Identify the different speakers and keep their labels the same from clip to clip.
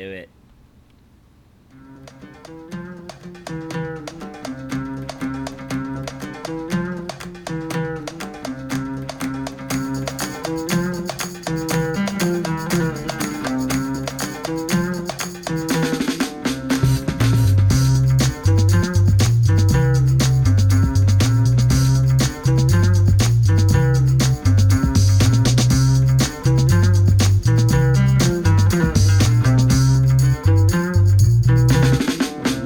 Speaker 1: Do it.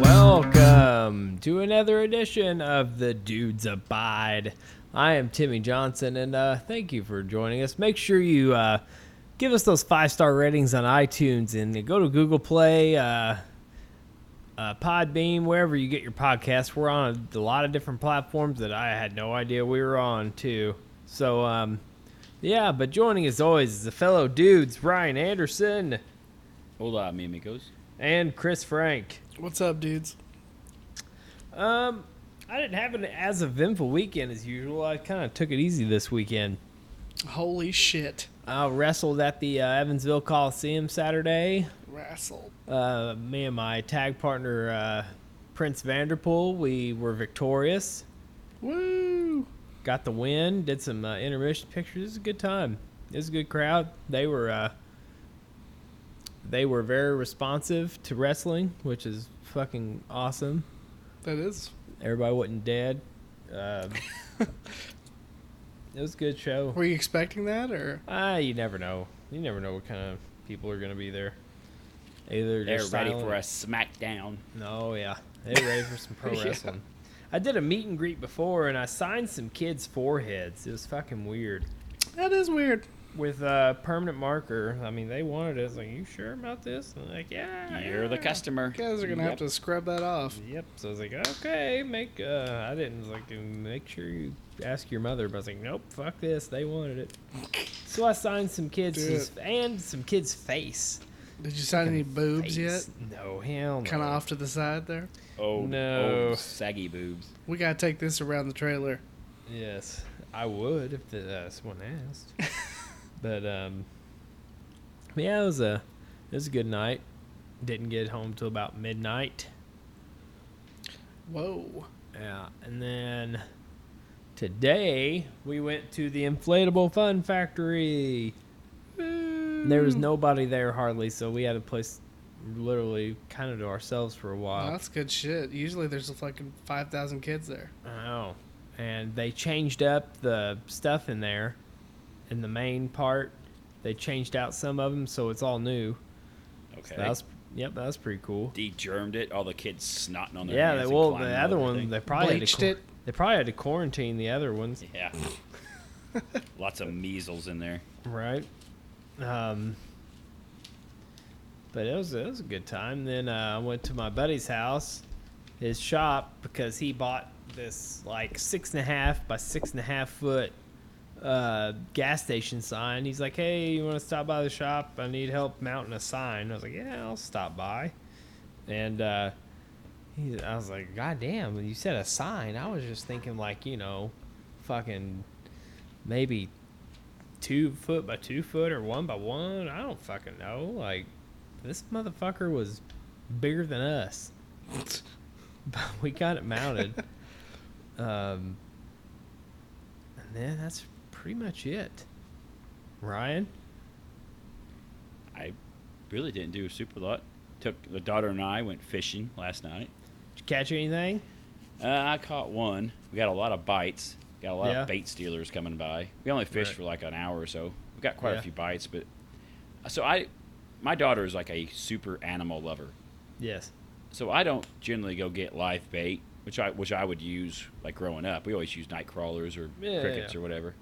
Speaker 2: Welcome to another edition of the Dudes Abide. I am Timmy Johnson, and uh, thank you for joining us. Make sure you uh, give us those five star ratings on iTunes and go to Google Play, uh, uh, Podbeam, wherever you get your podcasts. We're on a lot of different platforms that I had no idea we were on, too. So, um, yeah, but joining as always is the fellow dudes Ryan Anderson
Speaker 1: Hola, mi amigos.
Speaker 2: and Chris Frank.
Speaker 3: What's up, dudes?
Speaker 2: Um, I didn't have an as eventful weekend as usual. I kind of took it easy this weekend.
Speaker 3: Holy shit.
Speaker 2: I wrestled at the uh, Evansville Coliseum Saturday.
Speaker 3: Wrestle.
Speaker 2: Uh, me and my tag partner uh, Prince Vanderpool, we were victorious.
Speaker 3: Woo!
Speaker 2: Got the win. Did some uh, intermission pictures. It was a good time. It was a good crowd. They were uh, they were very responsive to wrestling, which is fucking awesome.
Speaker 3: That is.
Speaker 2: Everybody wasn't dead. Um, it was a good show.
Speaker 3: Were you expecting that or?
Speaker 2: Ah, you never know. You never know what kind of people are going to be there. Either
Speaker 1: They're
Speaker 2: just
Speaker 1: ready
Speaker 2: silent-
Speaker 1: for a smackdown.
Speaker 2: No, yeah, they're ready for some pro
Speaker 3: Yeah.
Speaker 2: wrestling. I did a meet and greet before, and I signed some kids' foreheads. It was fucking weird.
Speaker 3: That is weird.
Speaker 2: With a permanant marker, I mean, they wanted it. I was like, "You sure about this?" And I'm like, "Yeah."
Speaker 1: You're the
Speaker 2: Oh, yeah."
Speaker 1: customer.
Speaker 3: You guys are gonna have
Speaker 1: Yep.
Speaker 3: to scrub that off.
Speaker 2: Yep. So I was like, okay, make. Uh, I didn't I was like make sure you ask your mother, but I was like, nope, fuck this. They wanted it. So I signed some kids
Speaker 3: Do it.
Speaker 2: and some kids' face.
Speaker 3: Did you sign any boobs yet?
Speaker 2: Face. No, hell no.
Speaker 3: Kind of off to the side there.
Speaker 1: Oh
Speaker 2: No.
Speaker 1: oh, saggy boobs.
Speaker 3: We gotta take this around the trailer.
Speaker 2: Yes, I would if the, uh, someone asked. but um, yeah, it was a it was a good night. Didn't get home till about midnight.
Speaker 3: Whoa.
Speaker 2: Yeah, Uh, and then today we went to the inflatable fun factory. There was nobody there hardly, so we had a place literally kind of to ourselves for
Speaker 1: Uh,
Speaker 2: a
Speaker 3: Well,
Speaker 2: while.
Speaker 3: that's good shit. Usually there's like 5,000 kids there.
Speaker 2: Oh, and they changed up the stuff in there, in the main part. They changed out some of them, so it's all new.
Speaker 1: Okay.
Speaker 2: That was yep, that was pretty cool.
Speaker 1: Degermed it. All the kids snotting on their
Speaker 2: Yeah,
Speaker 1: hands
Speaker 2: they
Speaker 1: and
Speaker 2: well
Speaker 1: climbing
Speaker 2: the
Speaker 1: all
Speaker 2: other
Speaker 1: over
Speaker 2: one
Speaker 1: things.
Speaker 2: they probably had to
Speaker 3: Bleached
Speaker 2: quar-
Speaker 3: it.
Speaker 2: they probably had to quarantine the other ones.
Speaker 1: Yeah. Lots of measles in there.
Speaker 2: Right. Um, but it was it was a good time. Then uh, I went to my buddy's house, his shop, because he bought this like six and a half by six and a half foot uh, gas station sign. He's like, "Hey, you want to stop by the shop? I need help mounting a sign." I was like, "Yeah, I'll stop by." And uh, he, I was like, "God damn!" When you said a sign, I was just thinking like, you know, fucking maybe two foot by two foot or one by one. I don't fucking know. Like, this motherfucker was bigger than us. but we got it mounted. um, and then that's pretty much it. Ryan?
Speaker 1: I really didn't do a super lot. Took the daughter and I went fishing last night.
Speaker 2: Did you catch anything?
Speaker 1: Uh, I caught one. We got a lot of bites. Got a lot
Speaker 2: Yeah.
Speaker 1: of bait stealers coming by. We only fished
Speaker 2: Right.
Speaker 1: for like an hour or so. We got quite
Speaker 2: Yeah.
Speaker 1: a few bites, but uh, so I, my daughter is like a super animal lover.
Speaker 2: Yes.
Speaker 1: So I don't generally go get live bait, which I which I would use like growing up. We always used night crawlers or
Speaker 2: Yeah, yeah,
Speaker 1: crickets
Speaker 2: yeah.
Speaker 1: or whatever.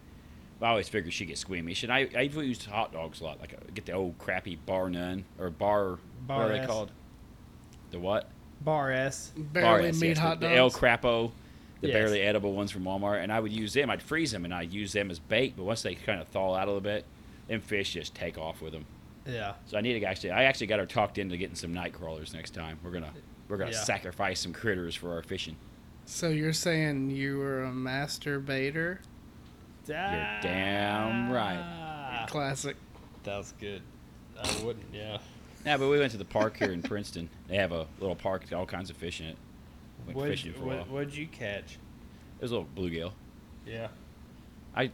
Speaker 1: But I always figured she would get squeamish, and I I usually used hot dogs a lot. Like I get the old crappy bar none or bar, what
Speaker 2: Bar
Speaker 1: are they
Speaker 2: S.
Speaker 1: called? The what?
Speaker 2: Bar S.
Speaker 3: Barely
Speaker 1: Bar S,
Speaker 3: meat
Speaker 1: yes, the-
Speaker 3: hot
Speaker 1: The El
Speaker 3: dogs.
Speaker 1: Crapo, the
Speaker 2: Yes.
Speaker 1: barely edible ones from Walmart, and I would use them. I'd freeze them and I'd use them as bait. But once they kind of thaw out a little bit, them fish just take off with them.
Speaker 2: Yeah.
Speaker 1: So I need to actually, I actually got her talked into getting some night crawlers next time. We're gonna, we're gonna
Speaker 2: Yeah.
Speaker 1: sacrifice some critters for our fishing.
Speaker 3: so you're saying you were a masturbator?
Speaker 1: damn right.
Speaker 3: Classic.
Speaker 2: Ah.
Speaker 1: Uh,
Speaker 2: That was good. I wouldn't, yeah.
Speaker 1: Yeah, but we went to the park here in Princeton. They have a little park, all kinds of fish in it. Went
Speaker 2: What'd
Speaker 1: fishing
Speaker 2: you-
Speaker 1: for a
Speaker 2: what-
Speaker 1: while.
Speaker 2: what'd you catch?
Speaker 1: It was a little bluegill.
Speaker 2: Yeah.
Speaker 1: I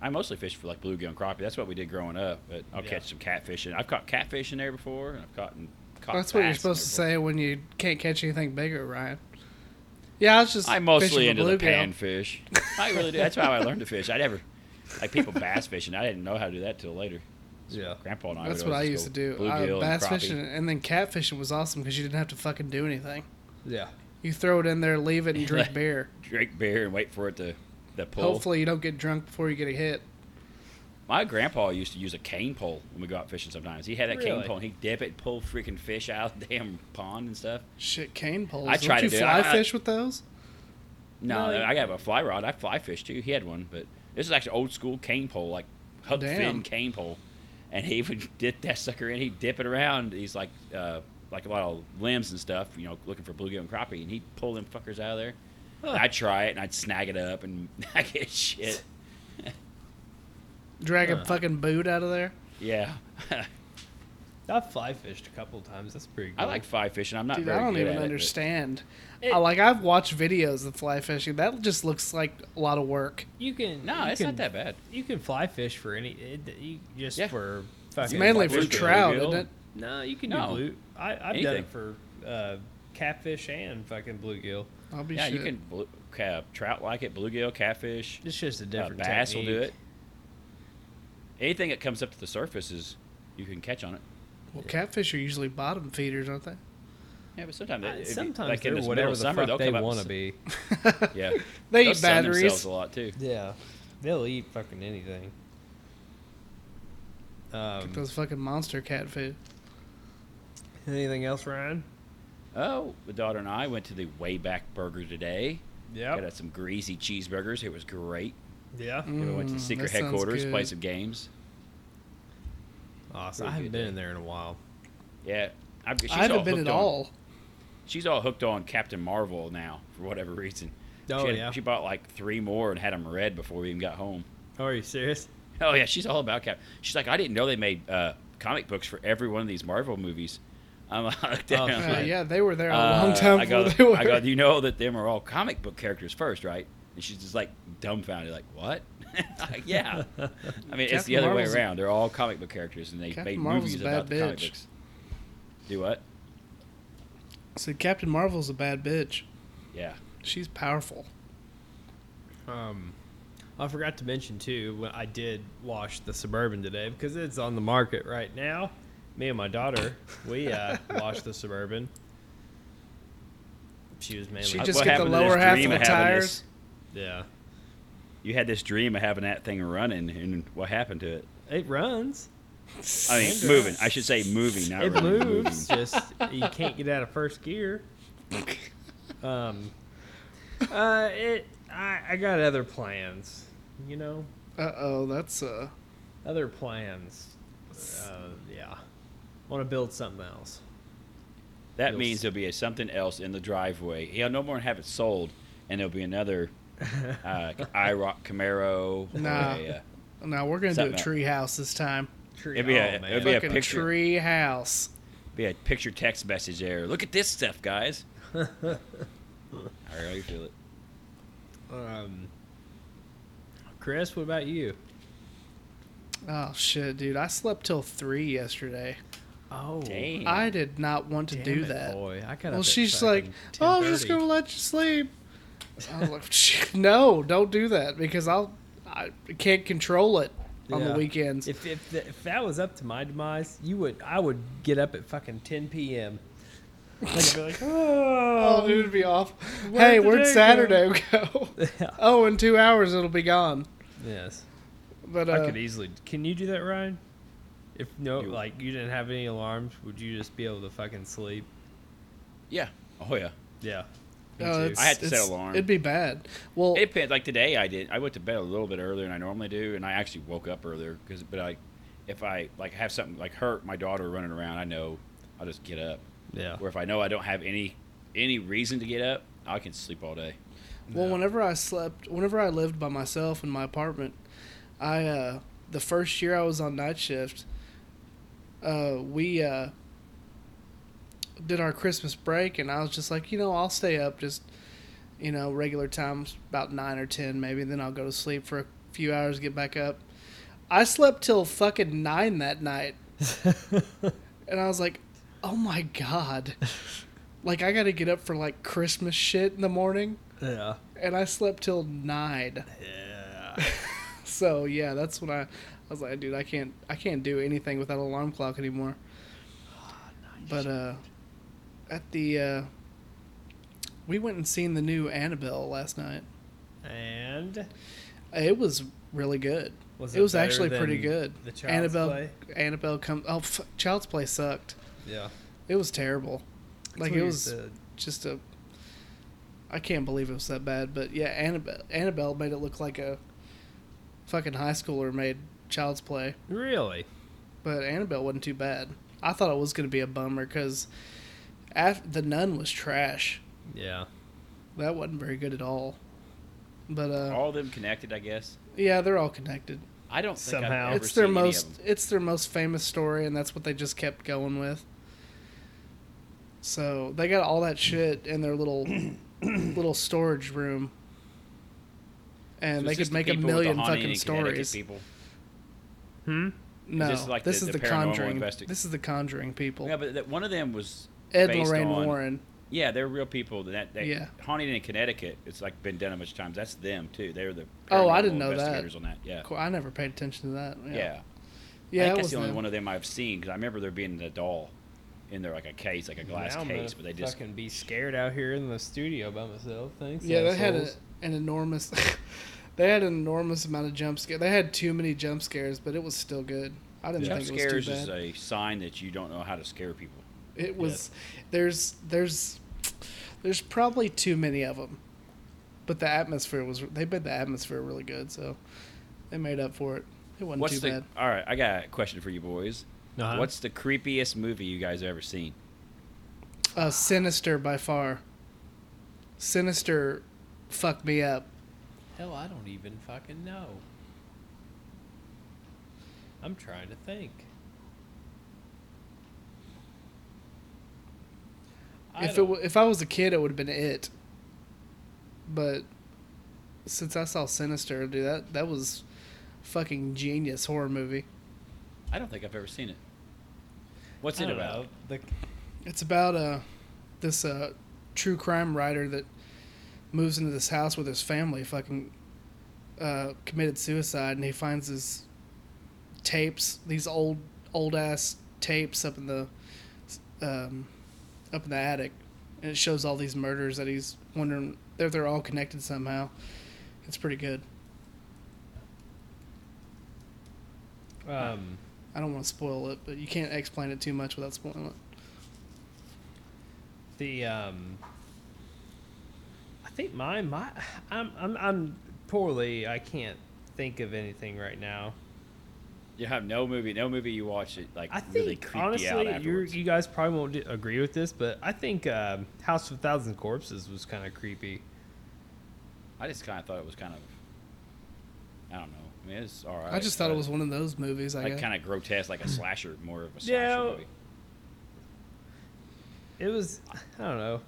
Speaker 1: I mostly fish for like bluegill and crappie. That's what we did growing up. But I'll
Speaker 2: Yeah.
Speaker 1: catch some catfish. And I've caught catfish in there before, and I've caught. caught
Speaker 3: That's what you're
Speaker 1: bass in
Speaker 3: supposed to
Speaker 1: there
Speaker 3: say when you can't catch anything bigger, Ryan. Yeah, I was just.
Speaker 1: before. I'm
Speaker 3: fishing
Speaker 1: mostly
Speaker 3: for
Speaker 1: into the
Speaker 3: bluegill.
Speaker 1: panfish. I really do. That's how I learned to fish. I never like people bass fishing. I didn't know how to do that till later.
Speaker 2: Yeah.
Speaker 1: Grandpa and I.
Speaker 3: That's
Speaker 1: would
Speaker 3: what I
Speaker 1: always
Speaker 3: used to
Speaker 1: just
Speaker 3: do.
Speaker 1: go
Speaker 3: I,
Speaker 1: Bluegill
Speaker 3: bass
Speaker 1: and crappie.
Speaker 3: fishing and then catfishing was awesome because you didn't have to fucking do anything.
Speaker 2: Yeah.
Speaker 3: You throw it in there, leave it, and drink beer.
Speaker 1: drink beer and wait for it to the pull.
Speaker 3: Hopefully, you don't get drunk before you get a hit.
Speaker 1: My grandpa used to use a cane pole when we go out fishing sometimes. He had that cane
Speaker 2: Really?
Speaker 1: pole and he'd dip it and pull freaking fish out of the damn pond and stuff.
Speaker 3: Shit, cane poles.
Speaker 1: I try
Speaker 3: Don't you
Speaker 1: to do it.
Speaker 3: fly
Speaker 1: I- I-
Speaker 3: fish with those?
Speaker 1: No,
Speaker 2: Really?
Speaker 1: I got a fly rod. I fly fish too. He had one, but this is actually old school cane pole, like hook
Speaker 3: Damn.
Speaker 1: fin cane pole. And he would dip that sucker in. He'd dip it around. He's like, uh, like a lot of limbs and stuff, you know, looking for bluegill and crappie. And he'd pull them fuckers out of there.
Speaker 2: Huh.
Speaker 1: And I'd try it and I'd snag it up and I get shit.
Speaker 3: Drag a
Speaker 1: Uh.
Speaker 2: Huh.
Speaker 3: fucking boot out of there?
Speaker 1: Yeah.
Speaker 2: I've fly fished a couple times. That's pretty good.
Speaker 1: I like fly fishing. I'm not
Speaker 3: Dude,
Speaker 1: very
Speaker 3: I don't
Speaker 1: good
Speaker 3: even
Speaker 1: at it, but-
Speaker 3: understand.
Speaker 2: It-
Speaker 3: I- like I've watched videos of fly fishing. That just looks like a lot of work.
Speaker 2: You can.
Speaker 1: No,
Speaker 2: you
Speaker 1: it's
Speaker 2: can,
Speaker 1: not that bad.
Speaker 2: You can fly fish for any. It, you just
Speaker 1: Yeah.
Speaker 2: for
Speaker 3: It's
Speaker 2: fucking.
Speaker 3: mainly
Speaker 1: like
Speaker 3: for
Speaker 1: bluegill,
Speaker 3: trout,
Speaker 1: bluegill.
Speaker 3: isn't it?
Speaker 2: No, you can
Speaker 1: No.
Speaker 2: do blue. I, I've done
Speaker 1: Anything.
Speaker 2: it for uh, catfish and fucking bluegill.
Speaker 3: I'll be
Speaker 1: Yeah,
Speaker 3: shit.
Speaker 1: you can blue, ca- trout like it, bluegill, catfish,
Speaker 2: It's just a
Speaker 1: uh,
Speaker 2: different
Speaker 1: bass will do
Speaker 2: technique.
Speaker 1: it. Anything that comes up to the surface is you can catch on it.
Speaker 3: Well, catfish are usually bottom feeders, aren't they?
Speaker 1: Yeah, but sometimes
Speaker 2: I-
Speaker 1: it- it-
Speaker 2: Uh, sometimes
Speaker 1: like in
Speaker 2: they're
Speaker 1: this
Speaker 2: whatever
Speaker 1: middle
Speaker 2: the
Speaker 1: of summer,
Speaker 2: fuck
Speaker 1: they'll
Speaker 2: they
Speaker 1: come up
Speaker 2: want to
Speaker 1: s-
Speaker 2: be.
Speaker 1: Yeah,
Speaker 3: They
Speaker 1: They'll
Speaker 3: eat
Speaker 1: sun themselves
Speaker 3: batteries.
Speaker 1: a lot too.
Speaker 2: Yeah, they'll eat fucking anything. Um,
Speaker 3: Like those fucking monster catfish.
Speaker 2: anything else, Ryan?
Speaker 1: Oh, the daughter and I went to the Wayback Burger today.
Speaker 2: Yep.
Speaker 1: Got us some greasy cheeseburgers. It was great.
Speaker 2: Yeah.
Speaker 1: Then we went to the
Speaker 3: Mm,
Speaker 1: secret
Speaker 3: that sounds
Speaker 1: headquarters, played
Speaker 3: good.
Speaker 1: some games.
Speaker 2: Awesome.
Speaker 1: Pretty
Speaker 2: I haven't
Speaker 1: good
Speaker 2: been
Speaker 1: day.
Speaker 2: in there in a while.
Speaker 1: Yeah, I, she's
Speaker 3: I haven't been
Speaker 1: hooked
Speaker 3: at
Speaker 1: on-
Speaker 3: all.
Speaker 1: She's all hooked on Captain Marvel now for whatever reason.
Speaker 2: Oh,
Speaker 1: she had-
Speaker 2: yeah.
Speaker 1: She bought like three more and had them read before we even got home.
Speaker 2: Oh, are you serious?
Speaker 1: Oh yeah, she's all about Cap. She's like, I didn't know they made uh, comic books for every one of these Marvel movies. I'm like, damn.
Speaker 2: shit.
Speaker 3: Uh,
Speaker 2: Yeah.
Speaker 3: yeah, they were there a
Speaker 1: Uh,
Speaker 3: long time
Speaker 1: I go,
Speaker 3: before they were.
Speaker 1: I go, you know that them are all comic book characters first, right? And she's just like dumbfounded, like what? like, yeah. I mean, it's
Speaker 3: Captain
Speaker 1: the other
Speaker 3: Marvel's a-
Speaker 1: way around. They're all comic book characters, and they
Speaker 3: Captain
Speaker 1: made
Speaker 3: Marvel's
Speaker 1: movies
Speaker 3: a bad
Speaker 1: about the comic
Speaker 3: bitch.
Speaker 1: books. Do what?
Speaker 3: so Captain Marvel's a bad bitch.
Speaker 1: Yeah.
Speaker 3: She's powerful.
Speaker 2: Um, I forgot to mention too. When I did wash the suburban today because it's on the market right now. Me and my daughter, we uh, washed the suburban. She was mainly
Speaker 3: She
Speaker 1: Like,
Speaker 3: just
Speaker 1: what
Speaker 3: get the
Speaker 1: happened to this
Speaker 3: lower half of
Speaker 1: dream
Speaker 3: the
Speaker 1: having this-
Speaker 3: tires.
Speaker 2: yeah.
Speaker 1: You had this dream of having that thing running, and what happened to it?
Speaker 2: It runs.
Speaker 1: I mean,
Speaker 2: Andrew.
Speaker 1: moving. I should say moving, not
Speaker 2: it
Speaker 1: running,
Speaker 2: moves.
Speaker 1: moving.
Speaker 2: just you can't get out of first gear. Um, uh, it. I, I got other plans. You know,
Speaker 3: Uh oh, that's uh.
Speaker 2: other plans. Uh, yeah, want to build something else.
Speaker 1: That
Speaker 2: You'll
Speaker 1: means
Speaker 2: s-
Speaker 1: there'll be a, something else in the driveway. He'll no more have it sold, and there'll be another uh, IROC Camaro. or
Speaker 3: Nah.
Speaker 1: a, uh,
Speaker 3: No, we're gonna
Speaker 1: Something
Speaker 3: do a tree house this time.
Speaker 2: Tree.
Speaker 1: It'd be
Speaker 2: oh,
Speaker 1: a-
Speaker 2: man.
Speaker 1: it'd be a
Speaker 3: Fucking
Speaker 1: picture.
Speaker 3: tree house.
Speaker 1: be a picture text message there. Look at this stuff, guys. I already feel it.
Speaker 2: um, Chris, what about you?
Speaker 3: Oh shit, dude! I slept till three yesterday.
Speaker 2: Oh,
Speaker 1: Dang.
Speaker 3: I did not want to do that.
Speaker 2: Boy, I got
Speaker 3: Well,
Speaker 2: up at
Speaker 3: she's like,
Speaker 2: fucking
Speaker 3: "Oh, I'm just
Speaker 2: 10:30.
Speaker 3: gonna let you sleep." I was like, "Shit, "No, don't do that because I'll I can't control it on
Speaker 2: Yeah.
Speaker 3: the weekends."
Speaker 2: If if, th- if that was up to my demise, you would I would get up at fucking 10 p.m. Like, I'd be like,
Speaker 3: oh,
Speaker 2: oh,
Speaker 3: dude, it'd be off.
Speaker 2: Where'd
Speaker 3: Hey,
Speaker 2: the
Speaker 3: where'd
Speaker 2: day
Speaker 3: Saturday go?
Speaker 2: Yeah.
Speaker 3: oh, in two hours it'll be gone.
Speaker 2: Yes,
Speaker 3: But
Speaker 2: I
Speaker 3: uh,
Speaker 2: could easily. Can you do that, Ryan? If no,
Speaker 1: Do what?
Speaker 2: like you didn't have any alarms, would you just be able to fucking sleep?
Speaker 1: Yeah. Oh yeah.
Speaker 2: Yeah. me
Speaker 3: oh,
Speaker 2: too.
Speaker 3: it's-
Speaker 1: I had to set
Speaker 3: it's-
Speaker 1: alarm.
Speaker 3: It'd be bad. Well,
Speaker 1: It depends. Like today, I did. I went to bed a little bit earlier than I normally do, and I actually woke up earlier because. But I, if I like have something like her, my daughter running around, I know I'll just get up.
Speaker 2: yeah.
Speaker 1: Where if I know I don't have any any reason to get up, I can sleep all day.
Speaker 3: Well,
Speaker 2: No.
Speaker 3: whenever I slept, whenever I lived by myself in my apartment, I uh, the first year I was on night shift, uh, we uh, did our Christmas break, and I was just like, you know, I'll stay up just, you know, regular times, about nine or ten maybe, and then I'll go to sleep for a few hours, get back up. I slept till fucking nine that night, and I was like, oh my god, like I got to get up for like Christmas shit in the morning,
Speaker 2: yeah.
Speaker 3: and I slept till nine.
Speaker 2: Yeah.
Speaker 3: So yeah, that's when I, I was like, dude, I can't, I can't do anything without an alarm clock anymore. But uh, at the, uh, we went and seen the new Annabelle last night.
Speaker 2: And
Speaker 3: It was really good.
Speaker 2: was
Speaker 3: it, was
Speaker 2: better
Speaker 3: actually
Speaker 2: than
Speaker 3: pretty good.
Speaker 2: The child's
Speaker 3: Annabelle,
Speaker 2: play?
Speaker 3: Annabelle come. Oh, f- Child's Play sucked.
Speaker 2: Yeah.
Speaker 3: It was terrible.
Speaker 2: That's
Speaker 3: Like
Speaker 2: what
Speaker 3: it
Speaker 2: you
Speaker 3: was
Speaker 2: said.
Speaker 3: just a. I can't believe it was that bad, but yeah, Annabelle, Annabelle made it look like a fucking high schooler made Child's Play.
Speaker 2: Really?
Speaker 3: but Annabelle wasn't too bad. I thought it was going to be a bummer because af- the Nun was trash.
Speaker 2: Yeah.
Speaker 3: That wasn't very good at all. But uh,
Speaker 1: All of them connected, I guess.
Speaker 3: yeah, they're all connected.
Speaker 1: I don't think
Speaker 2: Somehow.
Speaker 1: I've ever
Speaker 3: it's their
Speaker 1: seen Any
Speaker 3: most
Speaker 1: of them.
Speaker 3: it's their most famous story, and that's what they just kept going with. So they got all that shit in their little little storage room, and
Speaker 1: So
Speaker 3: they
Speaker 1: it's
Speaker 3: could
Speaker 1: just the
Speaker 3: make a
Speaker 1: people with the
Speaker 3: million
Speaker 1: haunting
Speaker 3: fucking
Speaker 1: in Connecticut
Speaker 3: stories.
Speaker 1: People.
Speaker 2: Hmm.
Speaker 3: No,
Speaker 1: Is this like
Speaker 3: this
Speaker 1: the-
Speaker 3: is
Speaker 1: the
Speaker 3: the,
Speaker 1: paranormal
Speaker 3: conjuring.
Speaker 1: investi-
Speaker 3: This is the conjuring people.
Speaker 1: Yeah, but that, one of them was
Speaker 3: Ed and
Speaker 1: based
Speaker 3: Lorraine
Speaker 1: on-
Speaker 3: Warren.
Speaker 1: Yeah, they're real people. That, that
Speaker 3: Yeah.
Speaker 1: haunted in Connecticut. It's like been done a bunch of times. That's them too. They're the
Speaker 3: Oh, I
Speaker 1: paranormal
Speaker 3: didn't know that.
Speaker 1: investigators on that. Yeah,
Speaker 3: Cool, I never paid attention to that.
Speaker 1: yeah.
Speaker 3: Yeah,
Speaker 1: I
Speaker 3: yeah
Speaker 1: think
Speaker 3: it
Speaker 1: that's
Speaker 3: was
Speaker 1: the only
Speaker 3: them.
Speaker 1: one of them I've seen because I remember there being a doll in there, like a case, like a glass
Speaker 2: Now I'm
Speaker 1: case, but
Speaker 2: gonna
Speaker 1: they just
Speaker 2: fucking be scared out here in the studio by myself. Thanks.
Speaker 3: Yeah, they had a,
Speaker 2: assholes.
Speaker 3: an enormous. they had an enormous amount of jump scare. They had too many jump scares, but it was still good. I didn't
Speaker 1: jump
Speaker 3: think it was
Speaker 1: scares
Speaker 3: too bad.
Speaker 1: is a sign that you don't know how to scare people.
Speaker 3: it was. There's there's there's probably too many of them, but the atmosphere was. They made the atmosphere really good, so they made up for it. It wasn't
Speaker 1: What's
Speaker 3: too
Speaker 1: the?
Speaker 3: bad.
Speaker 1: All right, I got a question for you boys.
Speaker 2: Uh-huh.
Speaker 1: What's the creepiest movie you guys have ever seen?
Speaker 3: Uh, Sinister by far. Sinister, fucked me up.
Speaker 2: Hell, I don't even fucking know. I'm trying to think. I
Speaker 3: if it
Speaker 2: don't-
Speaker 3: w- if I was a kid, it would have been it. But since I saw Sinister, dude, that that was fucking genius horror movie.
Speaker 1: I don't think I've ever seen it. What's
Speaker 2: I
Speaker 1: it
Speaker 2: don't
Speaker 1: about?
Speaker 2: know. The,
Speaker 3: It's about uh this uh true crime writer that moves into this house with his family, fucking uh, committed suicide, and he finds his tapes, these old old ass tapes up in the um, up in the attic, and it shows all these murders that he's wondering they're they're all connected somehow. It's pretty good.
Speaker 2: um,
Speaker 3: I don't want to spoil it, but you can't explain it too much without spoiling it.
Speaker 2: the um, I think mine. My, I'm, I'm, I'm poorly. I can't think of anything right now.
Speaker 1: You have no movie, no movie you watch it like
Speaker 2: I
Speaker 1: really
Speaker 2: think
Speaker 1: creeped
Speaker 2: honestly,
Speaker 1: you out
Speaker 2: you
Speaker 1: afterwards.
Speaker 2: you guys probably won't di- agree with this, but I think um, House of a Thousand Corpses was kind of creepy.
Speaker 1: I just kind of thought it was kind of, I don't know. I mean, it's all right.
Speaker 3: I just thought it
Speaker 1: but
Speaker 3: was one Mm. of those movies. I
Speaker 1: like
Speaker 3: guess.
Speaker 1: kind of grotesque, like a slasher, more of a slasher
Speaker 2: Yeah,
Speaker 1: movie.
Speaker 2: It was I don't know.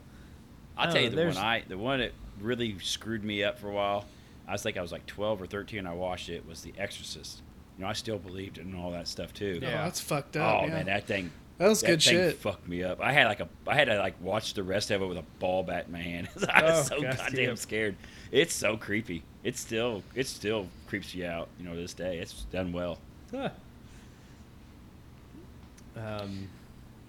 Speaker 2: I
Speaker 1: I'll
Speaker 2: don't
Speaker 1: tell you
Speaker 2: know,
Speaker 1: the one
Speaker 2: there's-
Speaker 1: I, the one that really screwed me up for a while. I was like I was like twelve or thirteen. and I watched it was The Exorcist. You know, I still believed in all that stuff too.
Speaker 3: Oh,
Speaker 2: Yeah.
Speaker 3: that's fucked up.
Speaker 1: Oh
Speaker 3: yeah.
Speaker 1: man, that
Speaker 3: that,
Speaker 1: thing.
Speaker 3: was
Speaker 1: that
Speaker 3: good
Speaker 1: thing
Speaker 3: shit.
Speaker 1: Fucked me up. I had like a, I had to like watch the rest of it with a ball bat in my hand. I was
Speaker 2: Oh,
Speaker 1: so
Speaker 2: God
Speaker 1: goddamn
Speaker 2: damn.
Speaker 1: scared. It's so creepy. It still, it still creeps you out. You know, to this day, it's done well.
Speaker 2: Huh. Um,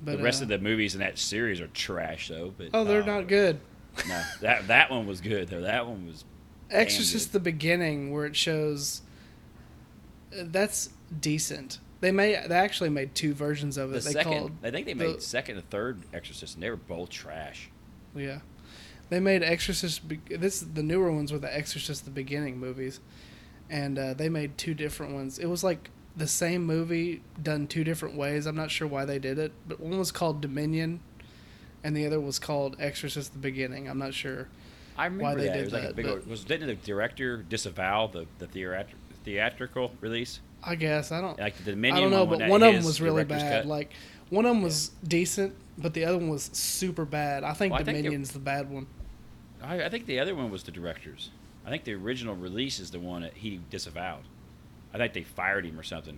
Speaker 3: But,
Speaker 1: the rest
Speaker 3: uh,
Speaker 1: of the movies in that series are trash though. But
Speaker 3: oh, they're
Speaker 1: uh,
Speaker 3: not good.
Speaker 1: No, that that one was good though. That one was.
Speaker 3: Exorcist the beginning where it shows. uh, That's decent. They may they actually made two versions of it.
Speaker 1: The
Speaker 3: they
Speaker 1: second,
Speaker 3: called
Speaker 1: I think they made
Speaker 3: the-
Speaker 1: second and third Exorcist, and they were both trash.
Speaker 3: yeah, they made Exorcist. Be- this the newer ones were the Exorcist the beginning movies, and uh, they made two different ones. It was like the same movie done two different ways. I'm not sure why they did it, but one was called Dominion, and the other was called Exorcist the beginning. I'm not sure.
Speaker 1: I remember
Speaker 3: they
Speaker 1: that.
Speaker 3: did
Speaker 1: it was like a
Speaker 3: that,
Speaker 1: big.
Speaker 3: but-
Speaker 1: old- Was didn't the director disavow the the theatri- theatrical release?
Speaker 3: I guess I don't.
Speaker 1: Like the
Speaker 3: I
Speaker 1: Dominion.
Speaker 3: don't know,
Speaker 1: one,
Speaker 3: but
Speaker 1: that
Speaker 3: one of them
Speaker 1: his
Speaker 3: was really
Speaker 1: director's
Speaker 3: bad.
Speaker 1: cut?
Speaker 3: Like One of them was decent, but the other one was super bad. I think
Speaker 1: Well, I think it-
Speaker 3: Dominion's the bad one.
Speaker 1: I, I think the other one was the director's. I think the original release is the one that he disavowed. I think they fired him or something.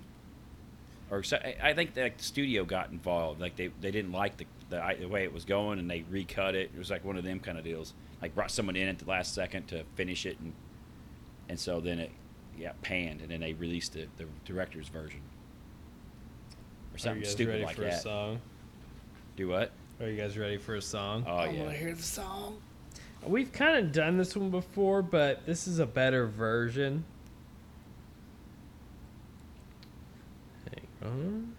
Speaker 1: Or so, I- I think that the studio got involved. Like they, they didn't like the, the i- the way it was going, and they recut it. It was like one of them kind of deals. Like brought someone in at the last second to finish it, and and so then it got panned, and then they released the, the director's version or
Speaker 2: Are you
Speaker 1: something
Speaker 2: guys
Speaker 1: stupid
Speaker 2: ready
Speaker 1: like
Speaker 2: for a
Speaker 1: that.
Speaker 2: song?
Speaker 1: Do what?
Speaker 2: Are you guys ready for a song?
Speaker 1: Oh
Speaker 3: I want
Speaker 1: yeah.
Speaker 3: to hear the song.
Speaker 2: We've kind of done this one before, but this is a better version. Hang on.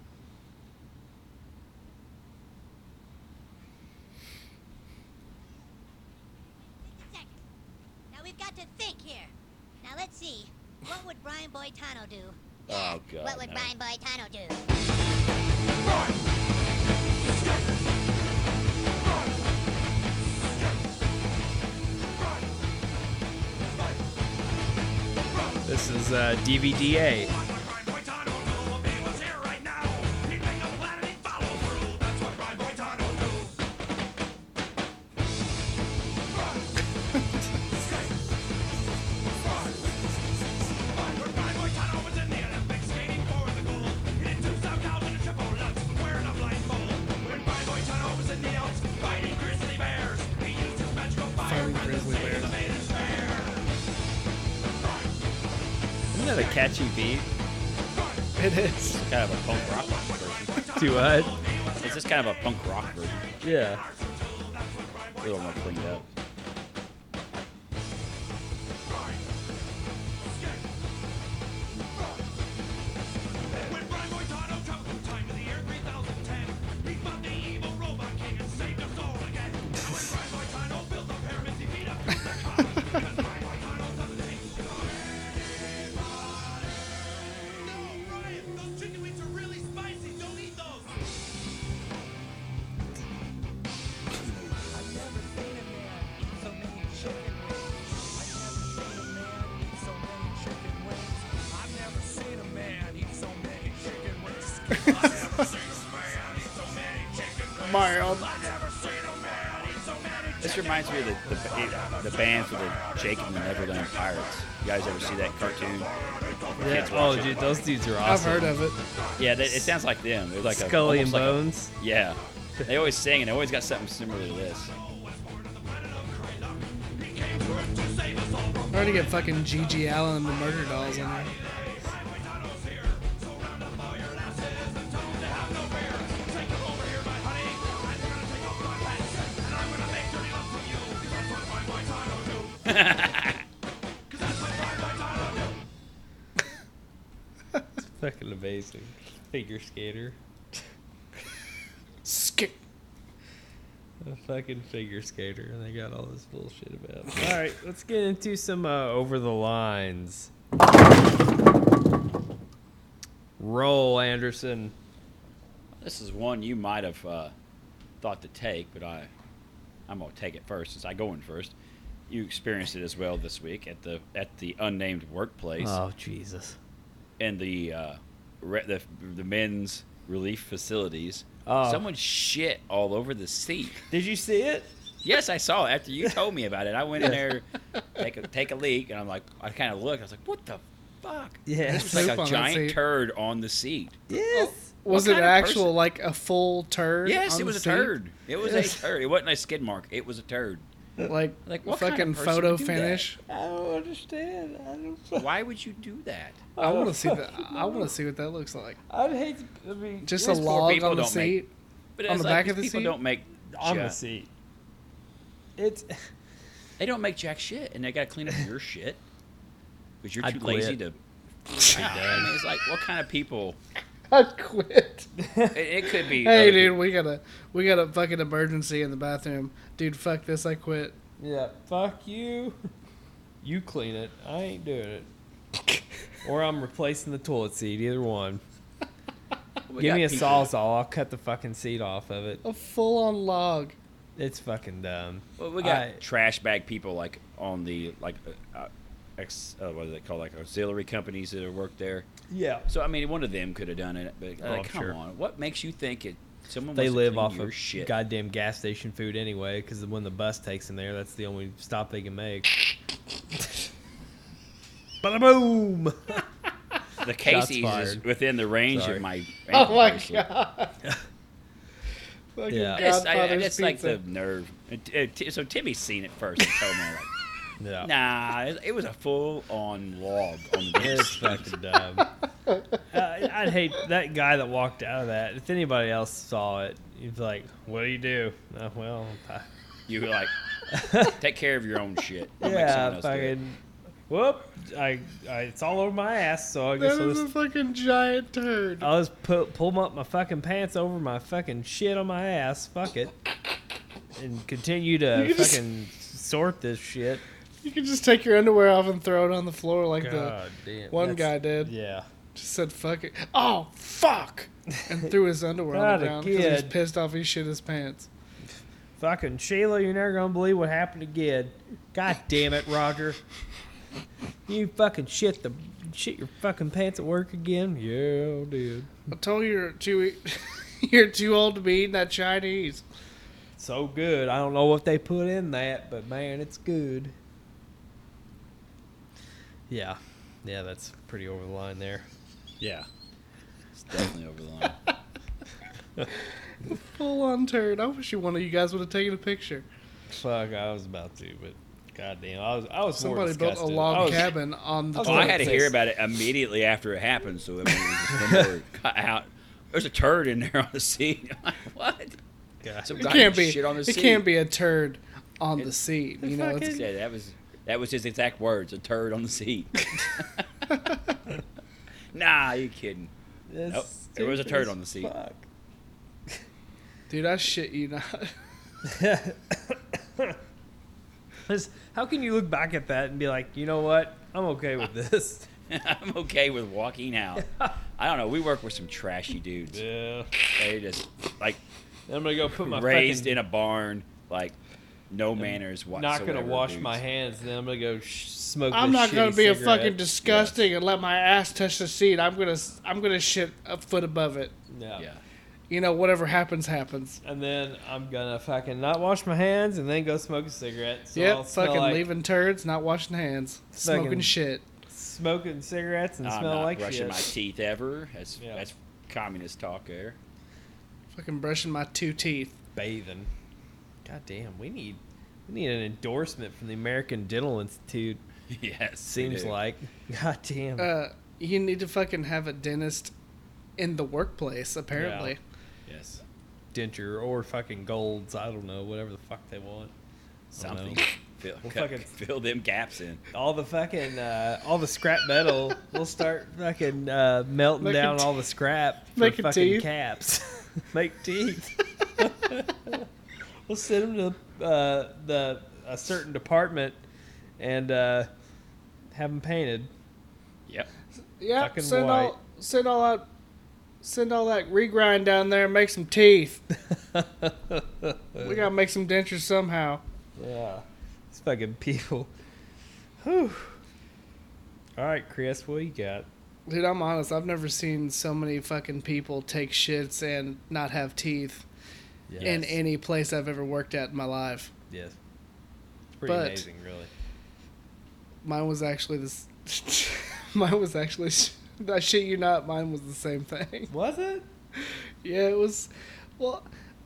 Speaker 4: Second. Now we've got to think here. Now let's see. What would Brian Boitano do?
Speaker 1: Oh god.
Speaker 4: what would
Speaker 1: no.
Speaker 4: Brian Boitano do?
Speaker 2: This is uh, DVDA.
Speaker 3: Fighting grizzly bears.
Speaker 2: Isn't that a catchy beat
Speaker 3: It is.
Speaker 1: Kind of a punk rock version.
Speaker 2: to what?
Speaker 1: It's just kind of a punk rock version.
Speaker 2: Yeah.
Speaker 1: A little more cleaned up.
Speaker 3: Mild.
Speaker 1: This reminds me of the the, ba- the band for the Jake and the Neverland Pirates. You guys ever see that cartoon? Kids watch
Speaker 2: Oh,
Speaker 1: it.
Speaker 2: dude, those dudes are
Speaker 3: I've
Speaker 2: awesome.
Speaker 3: heard of it.
Speaker 1: Yeah, they, it sounds like them. It's like a-
Speaker 2: Scully
Speaker 1: almost
Speaker 2: and
Speaker 1: like a-
Speaker 2: Bones.
Speaker 1: yeah, they always sing, and they always got something similar to this.
Speaker 3: I already got fucking Gigi Allen and the Murder Dolls in there.
Speaker 2: Fucking amazing. Figure skater.
Speaker 3: Skip.
Speaker 2: A fucking figure skater, and they got all this bullshit about. all right, let's get into some uh, over the lines. Roll, Anderson.
Speaker 1: This is one you might have uh, thought to take, but I, I'm gonna take it first since I go in first. You experienced it as well this week at the at the unnamed workplace
Speaker 3: Oh.
Speaker 2: Oh, Jesus.
Speaker 1: and the uh, re- the the men's relief facilities.
Speaker 2: Oh.
Speaker 1: Someone shit all over the seat.
Speaker 2: Did you see it?
Speaker 1: Yes, I saw it after you told me about it. I went in there, take a, take a leak, and I'm like, I kind of looked. I was like, what the fuck?
Speaker 2: Yes.
Speaker 1: It's like
Speaker 3: Poop
Speaker 1: a
Speaker 3: on that
Speaker 1: giant
Speaker 3: seat.
Speaker 1: turd on the seat.
Speaker 2: Yes.
Speaker 3: Was
Speaker 1: What
Speaker 3: it
Speaker 1: kind of
Speaker 3: actual
Speaker 1: person-
Speaker 3: like a full turd?
Speaker 1: Yes,
Speaker 3: on
Speaker 1: it
Speaker 3: the
Speaker 1: was a
Speaker 3: seat?
Speaker 1: turd. It was
Speaker 2: Yes.
Speaker 1: a turd. It wasn't a skid mark. It was a turd.
Speaker 3: Like,
Speaker 1: Like, what kind of
Speaker 3: fucking
Speaker 1: person
Speaker 3: photo
Speaker 1: would do that?
Speaker 3: finish.
Speaker 2: I don't understand. I don't.
Speaker 1: Why would you do that?
Speaker 3: I want to see that. I want to see what that looks like.
Speaker 2: I'd hate to. I mean,
Speaker 3: Just
Speaker 1: These
Speaker 3: a
Speaker 1: poor
Speaker 3: log
Speaker 1: people
Speaker 3: on the
Speaker 1: don't make-
Speaker 3: seat.
Speaker 1: But
Speaker 3: On
Speaker 1: it's
Speaker 3: the
Speaker 1: like
Speaker 3: back
Speaker 1: these
Speaker 3: of the
Speaker 1: people
Speaker 3: seat?
Speaker 1: don't make
Speaker 2: Oh, on the
Speaker 1: jack-
Speaker 2: seat. It's.
Speaker 1: They don't make jack shit, and they got to clean up your shit because you're too
Speaker 2: I'd
Speaker 1: lazy
Speaker 2: quit.
Speaker 1: to. I mean, it's like what kind of people?
Speaker 3: I quit.
Speaker 1: It, it could be.
Speaker 3: Hey,
Speaker 1: other
Speaker 3: dude, we got a we got a fucking emergency in the bathroom. Dude, fuck this. I quit.
Speaker 2: Yeah, fuck you. You clean it. I ain't doing it. or I'm replacing the toilet seat. Either one.
Speaker 1: people. We
Speaker 2: Give
Speaker 1: got
Speaker 2: me a
Speaker 1: people-
Speaker 2: sawzall. I'll cut the fucking seat off of it.
Speaker 3: A full on log.
Speaker 2: It's fucking dumb.
Speaker 1: Well, we got
Speaker 2: I-
Speaker 1: trash bag people like on the like, uh, uh, ex, uh, what is it called? Like auxiliary companies that have worked there.
Speaker 2: yeah.
Speaker 1: So I mean, one of them could have done it, but like,
Speaker 2: Oh, I'm
Speaker 1: come
Speaker 2: sure.
Speaker 1: on, what makes you think it? Someone
Speaker 2: they
Speaker 1: wants to
Speaker 2: live
Speaker 1: clean
Speaker 2: off
Speaker 1: your
Speaker 2: of
Speaker 1: shit.
Speaker 2: goddamn gas station food anyway because when the bus takes them there that's the only stop they can make Bada boom!
Speaker 1: The
Speaker 2: Shots
Speaker 1: Casey's is
Speaker 2: fired.
Speaker 1: within the range
Speaker 2: Sorry.
Speaker 1: of my.
Speaker 3: Oh my
Speaker 1: bracelet.
Speaker 3: god. Fucking
Speaker 2: Yeah.
Speaker 1: I just, I- I
Speaker 3: Godfather's
Speaker 1: just like
Speaker 3: pizza.
Speaker 1: the nerve. It- it- t- so Timmy's seen it first and told me like, oh.
Speaker 2: No,
Speaker 1: nah, it- it was a full on log on
Speaker 2: it's
Speaker 1: this.
Speaker 2: fucking dumb. I, I'd hate that guy that walked out of that. If anybody else saw it, he'd be like, "What do you do?" Uh, well, I,
Speaker 1: you were like, take care of your own shit. Don't make someone
Speaker 2: yeah,
Speaker 1: else do it.
Speaker 2: fucking. Whoop! I, I, it's all over my ass, so I guess
Speaker 3: That
Speaker 2: I'll
Speaker 3: is a
Speaker 2: just,
Speaker 3: fucking giant turd.
Speaker 2: I'll just put, pull up my fucking pants over my fucking shit on my ass. Fuck it, and continue to
Speaker 3: You just-
Speaker 2: fucking sort this shit.
Speaker 3: You can just take your underwear off and throw it on the floor like
Speaker 2: God damn!
Speaker 3: the one
Speaker 2: that's-
Speaker 3: guy did.
Speaker 2: Yeah.
Speaker 3: Just said fuck it. Oh fuck! And threw his underwear on
Speaker 2: Not
Speaker 3: the ground because he was
Speaker 2: again.
Speaker 3: pissed off he shit his pants.
Speaker 2: Fucking Sheila, you're never gonna believe what happened again. God damn it, Roger. You fucking shit the shit your fucking pants at work again. Yeah, dude.
Speaker 3: I told you you're too e- you're too old to be eating that Chinese.
Speaker 2: So good. I don't know what they put in that, but man, it's good. Yeah. Yeah, that's pretty over the line there. Yeah.
Speaker 1: It's definitely over the line.
Speaker 3: Full on turd. I wish you one of you guys would have taken a picture.
Speaker 2: Fuck, I was about to, but goddamn, I was I was more
Speaker 3: Somebody built a
Speaker 2: disgusted.
Speaker 3: log
Speaker 2: I was-
Speaker 3: cabin on the.
Speaker 2: I was
Speaker 1: Well, I had to
Speaker 2: Texas.
Speaker 1: hear about it immediately after it happened, so I mean, it was just one word, cut out. There's a turd in there on the seat. I'm like, what?
Speaker 2: God.
Speaker 1: Some
Speaker 3: it
Speaker 1: guy
Speaker 3: can't be.
Speaker 1: shit on the
Speaker 3: it
Speaker 1: seat.
Speaker 3: can't be a turd on the seat. You know, it's,
Speaker 1: Yeah, that was that was his exact words. A turd on the seat. nah, you kidding?
Speaker 2: That's
Speaker 1: Nope, oh, there was a
Speaker 2: stupid
Speaker 1: turd
Speaker 2: as
Speaker 1: on the seat.
Speaker 2: fuck.
Speaker 3: dude, I shit you not.
Speaker 2: This- How can you look back at that and be like, you know what? I'm okay with this.
Speaker 1: I'm okay with walking out. I don't know. We work with some trashy dudes.
Speaker 2: Yeah.
Speaker 1: They just like
Speaker 2: I'm gonna go put my
Speaker 1: raised
Speaker 2: fucking,
Speaker 1: in a barn, like no manners whatsoever.
Speaker 2: not gonna wash
Speaker 1: dudes.
Speaker 2: my hands. Then I'm gonna go sh- smoke.
Speaker 3: I'm
Speaker 2: this
Speaker 3: not gonna
Speaker 2: shitty
Speaker 3: be a
Speaker 2: cigarette.
Speaker 3: fucking disgusting and let my ass touch the seat. I'm gonna I'm gonna shit a foot above it.
Speaker 2: Yeah.
Speaker 1: Yeah.
Speaker 3: You know, whatever happens, happens.
Speaker 2: And then I'm gonna fucking not wash my hands and then go smoke a cigarette. So
Speaker 3: yep,
Speaker 2: I'll smell
Speaker 3: fucking
Speaker 2: like
Speaker 3: leaving turds, not washing hands, smoking
Speaker 2: Fucking-
Speaker 3: shit.
Speaker 2: smoking cigarettes and
Speaker 1: I'm
Speaker 2: smell
Speaker 1: not
Speaker 2: like
Speaker 1: brushing
Speaker 2: shit.
Speaker 1: my teeth ever. That's
Speaker 2: Yeah.
Speaker 1: that's communist talk there.
Speaker 3: Fucking brushing my two teeth.
Speaker 2: Bathing. God damn, we need we need an endorsement from the American Dental Institute.
Speaker 1: yes, we
Speaker 2: Seems
Speaker 1: do.
Speaker 2: like. God damn.
Speaker 3: Uh, you need to fucking have a dentist in the workplace, apparently.
Speaker 1: yes,
Speaker 2: denture or fucking golds. I don't know, whatever the fuck they want. I don't know.
Speaker 1: something. Fill,
Speaker 2: We'll
Speaker 1: cut-
Speaker 2: fucking-
Speaker 1: fill them gaps in.
Speaker 2: All the fucking, uh, all the scrap metal. we'll start fucking uh, melting
Speaker 3: Making
Speaker 2: down
Speaker 3: te-
Speaker 2: all the scrap for
Speaker 3: making
Speaker 2: fucking
Speaker 3: teeth.
Speaker 2: caps. Make teeth. we'll send them to uh, the a certain department and uh, have them painted.
Speaker 1: Yep.
Speaker 3: Yeah,
Speaker 2: Fucking
Speaker 3: send
Speaker 2: white.
Speaker 3: all send all that send all that regrind down there and make some teeth.
Speaker 2: Uh.
Speaker 3: we gotta make some dentures somehow.
Speaker 2: Yeah. These fucking people. Whew. All right, Chris, what you got?
Speaker 3: Dude, I'm honest. I've never seen so many fucking people take shits and not have teeth in
Speaker 2: Yes.
Speaker 3: any place I've ever worked at in my life.
Speaker 2: Yes. It's pretty
Speaker 3: But-
Speaker 2: amazing, really.
Speaker 3: Mine was actually this. mine was actually. I shit you not. Mine was the same thing.
Speaker 2: Was it?
Speaker 3: Yeah, it was. Well,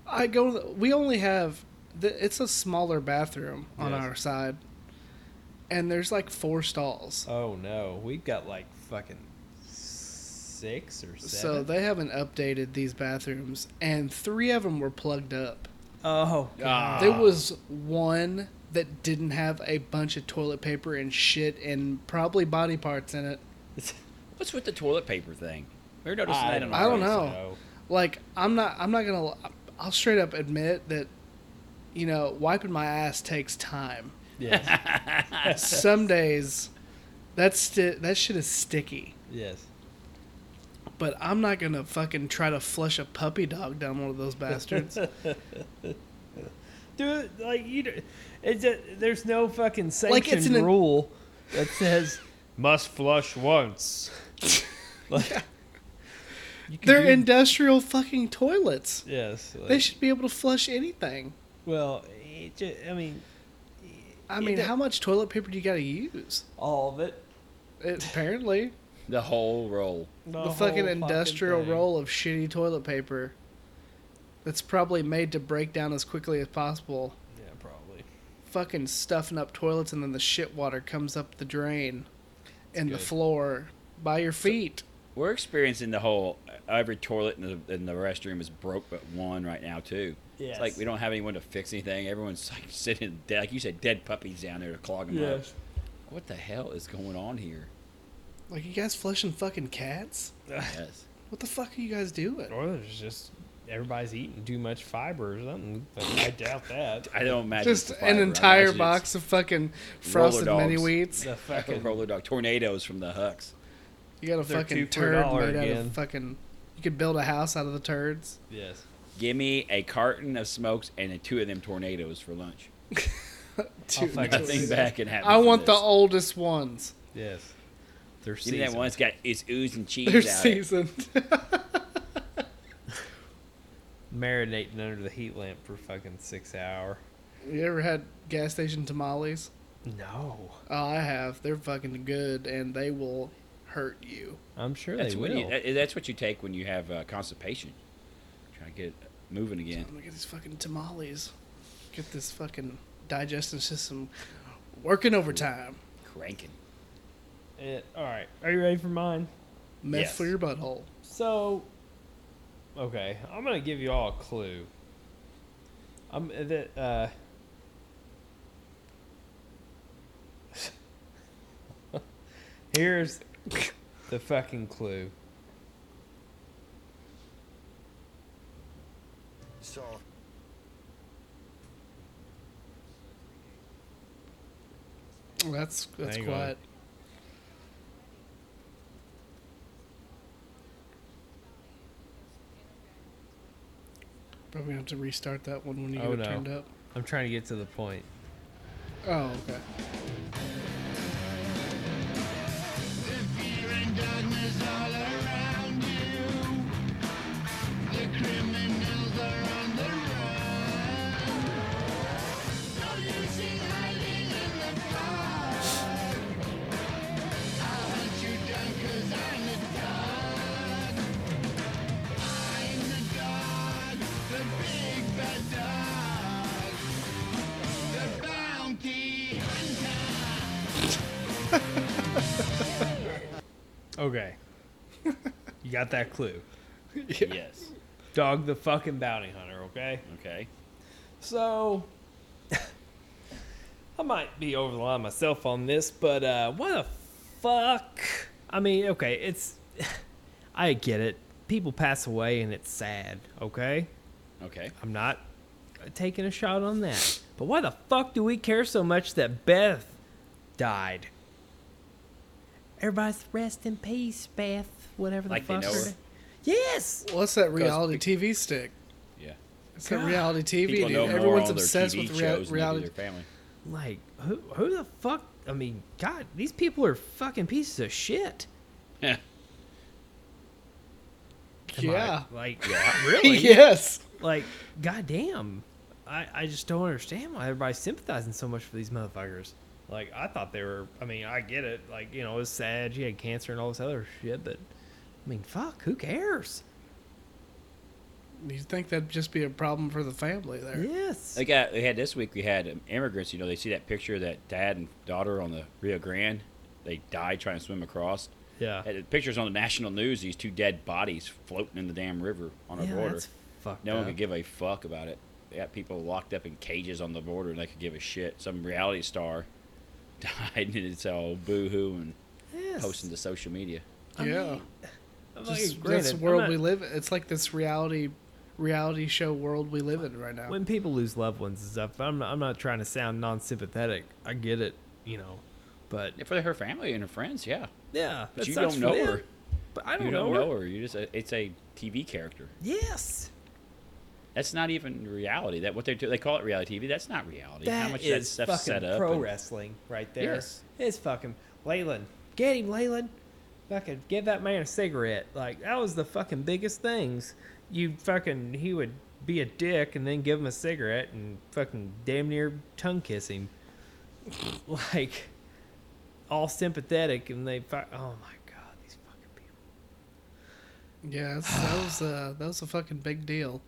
Speaker 3: I go. We only have. The, it's a smaller bathroom on
Speaker 2: Yes.
Speaker 3: our side, and there's like four stalls.
Speaker 2: Oh no, we've got like fucking six or seven.
Speaker 3: So they haven't updated these bathrooms, and three of them were plugged up.
Speaker 2: oh god,
Speaker 3: Ah. There was one that didn't have a bunch of toilet paper and shit and probably body parts in it.
Speaker 1: What's with the toilet paper thing? We We're noticing that in
Speaker 3: I
Speaker 1: our
Speaker 3: don't
Speaker 1: place.
Speaker 3: know. Like I'm not I'm not going to I'll straight up admit that you know, wiping my ass takes time.
Speaker 2: Yes,
Speaker 3: Some days that's sti- that shit is sticky.
Speaker 2: yes.
Speaker 3: But I'm not going to fucking try to flush a puppy dog down one of those bastards.
Speaker 2: Do it like you. do- It's a, there's no fucking
Speaker 3: Like,
Speaker 2: sanctioned
Speaker 3: it's an-
Speaker 2: rule that says must flush once. like, You could
Speaker 3: They're
Speaker 2: do-
Speaker 3: industrial fucking toilets.
Speaker 2: Yes.
Speaker 3: They
Speaker 2: like-
Speaker 3: should be able to flush anything.
Speaker 2: well, it ju- I mean,
Speaker 3: I mean,
Speaker 2: that-
Speaker 3: how much toilet paper do you got to use?
Speaker 2: all of it.
Speaker 3: It, apparently,
Speaker 1: The whole roll.
Speaker 3: the, fucking industrial roll of shitty toilet paper that's probably made to break down as quickly as possible.
Speaker 2: Yeah, probably.
Speaker 3: Fucking stuffing up toilets, and then the shit water comes up the drain and the
Speaker 1: good.
Speaker 3: floor by your feet.
Speaker 1: We're experiencing the whole every toilet in the, in the restroom is broke but one right now too. It's like
Speaker 2: Yes.
Speaker 1: we don't have anyone to fix anything. Everyone's like sitting dead, like you said, dead puppies down there to clog them up. What the hell is going on here?
Speaker 3: Like, you guys flushing fucking cats?
Speaker 1: Yes.
Speaker 3: What the fuck are you guys doing?
Speaker 2: Or there's just everybody's eating too much fiber or something. but I doubt that.
Speaker 1: I don't imagine
Speaker 3: Just
Speaker 1: it's the
Speaker 3: an
Speaker 1: fiber. I
Speaker 3: entire
Speaker 1: imagine it's
Speaker 3: box of fucking frosted
Speaker 1: Dogs.
Speaker 3: mini wheats.
Speaker 2: The fucking
Speaker 1: roller dog tornadoes from the hucks.
Speaker 3: You got a
Speaker 2: They're two
Speaker 3: fucking
Speaker 2: for a
Speaker 3: turd
Speaker 2: dollar
Speaker 3: made out
Speaker 2: again.
Speaker 3: of fucking. You could build a house out of the turds.
Speaker 2: yes.
Speaker 1: Give me a carton of smokes and two of them tornadoes for lunch.
Speaker 3: Dude,
Speaker 2: fucking
Speaker 1: Nothing bad can happen.
Speaker 3: I
Speaker 1: from
Speaker 3: want the
Speaker 1: this.
Speaker 3: oldest ones.
Speaker 2: Yes. They're
Speaker 1: Give me that one that's got it's ooze and cheese
Speaker 3: They're
Speaker 1: out. of it.
Speaker 3: seasoned.
Speaker 2: marinating under the heat lamp for fucking six hour.
Speaker 3: you ever had gas station tamales?
Speaker 2: No,
Speaker 3: Oh, I have. They're fucking good, and they will hurt you.
Speaker 2: I'm sure
Speaker 1: That's
Speaker 2: they
Speaker 1: what
Speaker 2: will.
Speaker 1: you, that- that's what you take when you have uh, constipation. Try to get it moving again.
Speaker 3: I'm gonna get these fucking tamales. Get this fucking digestive system working overtime.
Speaker 1: Cranking.
Speaker 2: Eh, all right, are you ready for mine?
Speaker 3: Meth
Speaker 1: Yes.
Speaker 3: for your butthole.
Speaker 2: So, okay, I'm gonna give you all a clue. I'm uh, that uh. Here's the fucking clue.
Speaker 5: So,
Speaker 3: Well, That's that's
Speaker 2: Hang on.
Speaker 3: quiet. Probably have to restart that one when you
Speaker 2: Oh,
Speaker 3: get it
Speaker 2: no.
Speaker 3: turned up.
Speaker 2: I'm trying to get to the point.
Speaker 3: Oh, okay.
Speaker 2: Okay, you got that clue.
Speaker 1: Yes.
Speaker 2: Dog the fucking bounty hunter. Okay.
Speaker 1: Okay.
Speaker 2: So, I might be over the line myself on this, but uh, what the fuck? I mean, okay, it's. I get it. People pass away and it's sad, okay?
Speaker 1: Okay.
Speaker 2: I'm not taking a shot on that. But why the fuck do we care so much that Beth died? Everybody's rest in peace, Beth. Whatever the
Speaker 1: Like they
Speaker 2: fuck.
Speaker 1: know
Speaker 2: her
Speaker 1: her.
Speaker 2: na- Yes.
Speaker 3: What's that reality TV stick?
Speaker 1: Yeah.
Speaker 3: It's that
Speaker 2: God.
Speaker 3: reality TV,
Speaker 1: People
Speaker 3: dude.
Speaker 1: know more
Speaker 3: Everyone's
Speaker 1: on their
Speaker 3: obsessed
Speaker 1: TV
Speaker 3: with rea-
Speaker 1: shows than they do
Speaker 3: reality.
Speaker 1: Their family.
Speaker 2: Like who? Who the fuck? I mean, God, these people are fucking pieces of shit.
Speaker 1: Yeah.
Speaker 2: Am I-
Speaker 3: Yeah.
Speaker 2: like
Speaker 1: Yeah.
Speaker 2: really?
Speaker 3: yes.
Speaker 2: Like goddamn. I I just don't understand why everybody's sympathizing so much for these motherfuckers. Like I thought they were. I mean, I get it. Like you know, it's sad. She had cancer and all this other shit, but I mean, fuck, who cares?
Speaker 3: You'd think that'd just be a problem for the family there.
Speaker 2: Yes.
Speaker 1: They got. They had this week. We had um, immigrants. You know, they see that picture of that dad and daughter on the Rio Grande. They died trying to swim across.
Speaker 2: yeah.
Speaker 1: Had the pictures on the national news. These two dead bodies floating in the damn river on our
Speaker 2: yeah,
Speaker 1: border.
Speaker 2: that's fucked
Speaker 1: No one
Speaker 2: up.
Speaker 1: could give a fuck about it. They got people locked up in cages on the border, and they could give a shit. Some reality star died, and it's all boo hoo and
Speaker 2: yes.
Speaker 1: posting to social media.
Speaker 2: I
Speaker 3: yeah.
Speaker 2: mean, I'm like,
Speaker 3: Just,
Speaker 2: granted,
Speaker 3: that's the
Speaker 2: I'm
Speaker 3: world
Speaker 2: not-
Speaker 3: we live. It's like this reality, reality show world we live in right now.
Speaker 2: when people lose loved ones and stuff, I'm not, I'm not trying to sound non-sympathetic. I get it, you know, but
Speaker 1: Yeah, for her family and her friends, yeah.
Speaker 2: yeah,
Speaker 1: But
Speaker 2: that
Speaker 1: you
Speaker 2: sucks
Speaker 1: don't
Speaker 2: for
Speaker 1: know
Speaker 2: them,
Speaker 1: her.
Speaker 2: But I don't,
Speaker 1: You don't
Speaker 2: know,
Speaker 1: know
Speaker 2: her.
Speaker 1: her. You just uh, it's a TV character.
Speaker 2: Yes,
Speaker 1: That's not even reality. That what they do, they call it reality TV. That's not reality.
Speaker 2: that
Speaker 1: How much
Speaker 2: is
Speaker 1: that
Speaker 2: fucking
Speaker 1: stuff's set up.
Speaker 2: pro
Speaker 1: and-
Speaker 2: wrestling right there.
Speaker 1: Yes.
Speaker 2: It's fucking Leyland. Get him, Leyland. fucking give that man a cigarette. Like that was the fucking biggest things. You fucking he would be a dick and then give him a cigarette and fucking damn near tongue kiss him. like all sympathetic and they fuck. Oh my god, these fucking people.
Speaker 3: Yeah, that's, that was uh, that was a fucking big deal.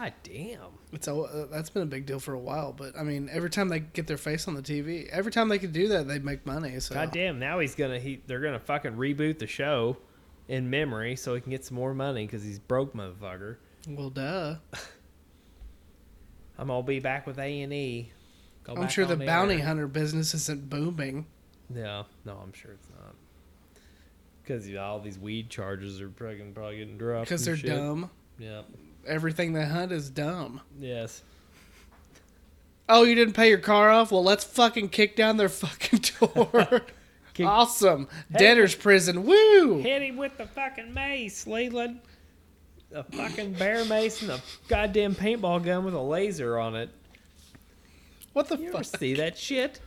Speaker 2: God damn.
Speaker 3: It's a, uh, that's been a big deal for a while, but I mean, every time they get their face on the TV, every time they could do that, they make money. So
Speaker 2: God damn, now he's gonna he they're gonna fucking reboot the show in memory so he can get some more money because he's broke motherfucker.
Speaker 3: well, duh.
Speaker 2: I'm gonna be back with A and E.
Speaker 3: I'm sure the bounty hunter business isn't booming.
Speaker 2: No, no, I'm sure it's not. Because all these weed charges are fucking probably getting dropped.
Speaker 3: because
Speaker 2: and
Speaker 3: they're
Speaker 2: shit.
Speaker 3: dumb.
Speaker 2: Yeah.
Speaker 3: Everything they hunt is dumb.
Speaker 2: Yes.
Speaker 3: Oh, you didn't pay your car off? Well, let's fucking kick down their fucking door.
Speaker 2: Kick-
Speaker 3: awesome. Debtor's prison. Woo!
Speaker 2: Hit him with the fucking mace, Leland. A fucking bear mace and a goddamn paintball gun with a laser on it.
Speaker 3: What the
Speaker 2: You ever
Speaker 3: fuck?
Speaker 2: see that shit?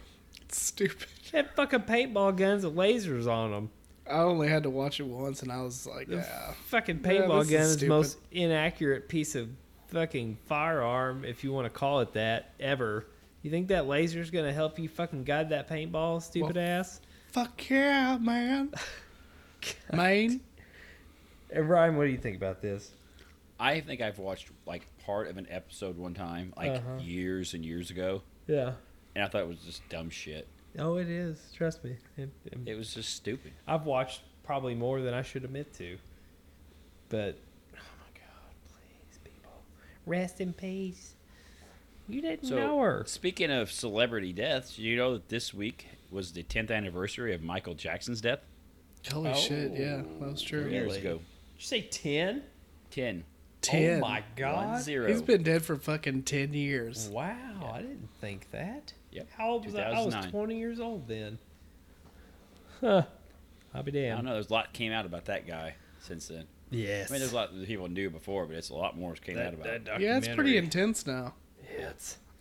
Speaker 3: Stupid.
Speaker 2: That fucking paintball guns with lasers on them.
Speaker 3: I only had to watch it once, and I was like, yeah.
Speaker 2: Fucking
Speaker 3: Yeah,
Speaker 2: paintball
Speaker 3: this is
Speaker 2: gun is the
Speaker 3: stupid.
Speaker 2: most inaccurate piece of fucking firearm, if you want to call it that, ever. You think that laser's gonna help you fucking guide that paintball, stupid ass?
Speaker 3: Fuck yeah, man. Maine.
Speaker 2: And Ryan, what do you think about this?
Speaker 1: I think I've watched like part of an episode one time, like
Speaker 2: Uh-huh.
Speaker 1: years and years ago,
Speaker 2: Yeah.
Speaker 1: and I thought it was just dumb shit.
Speaker 2: Oh, it is. Trust me. It- it-
Speaker 1: It was just stupid.
Speaker 2: I've watched probably more than I should admit to. But oh my god, please, people, rest in peace. You didn't
Speaker 1: So,
Speaker 2: know her.
Speaker 1: speaking of celebrity deaths, you know that this week was the 10th anniversary of Michael Jackson's death?
Speaker 3: Holy shit, yeah, that was true.
Speaker 1: Three years
Speaker 2: Really?
Speaker 1: ago.
Speaker 2: Did you say ten?
Speaker 1: 10.
Speaker 3: Ten.
Speaker 2: Oh my
Speaker 1: One
Speaker 2: god.
Speaker 1: zero.
Speaker 3: He's been dead for fucking ten years.
Speaker 2: Wow, I didn't think that.
Speaker 1: Yep,
Speaker 2: How old was I? I was
Speaker 1: 2009.
Speaker 2: 20 years old then. Huh. I'll be
Speaker 1: I don't
Speaker 2: damned.
Speaker 1: know. There's a lot came out about that guy since then.
Speaker 2: Yes.
Speaker 1: I mean, there's a lot that people knew before, but it's a lot more came out about. it.
Speaker 3: Yeah, it's pretty intense now.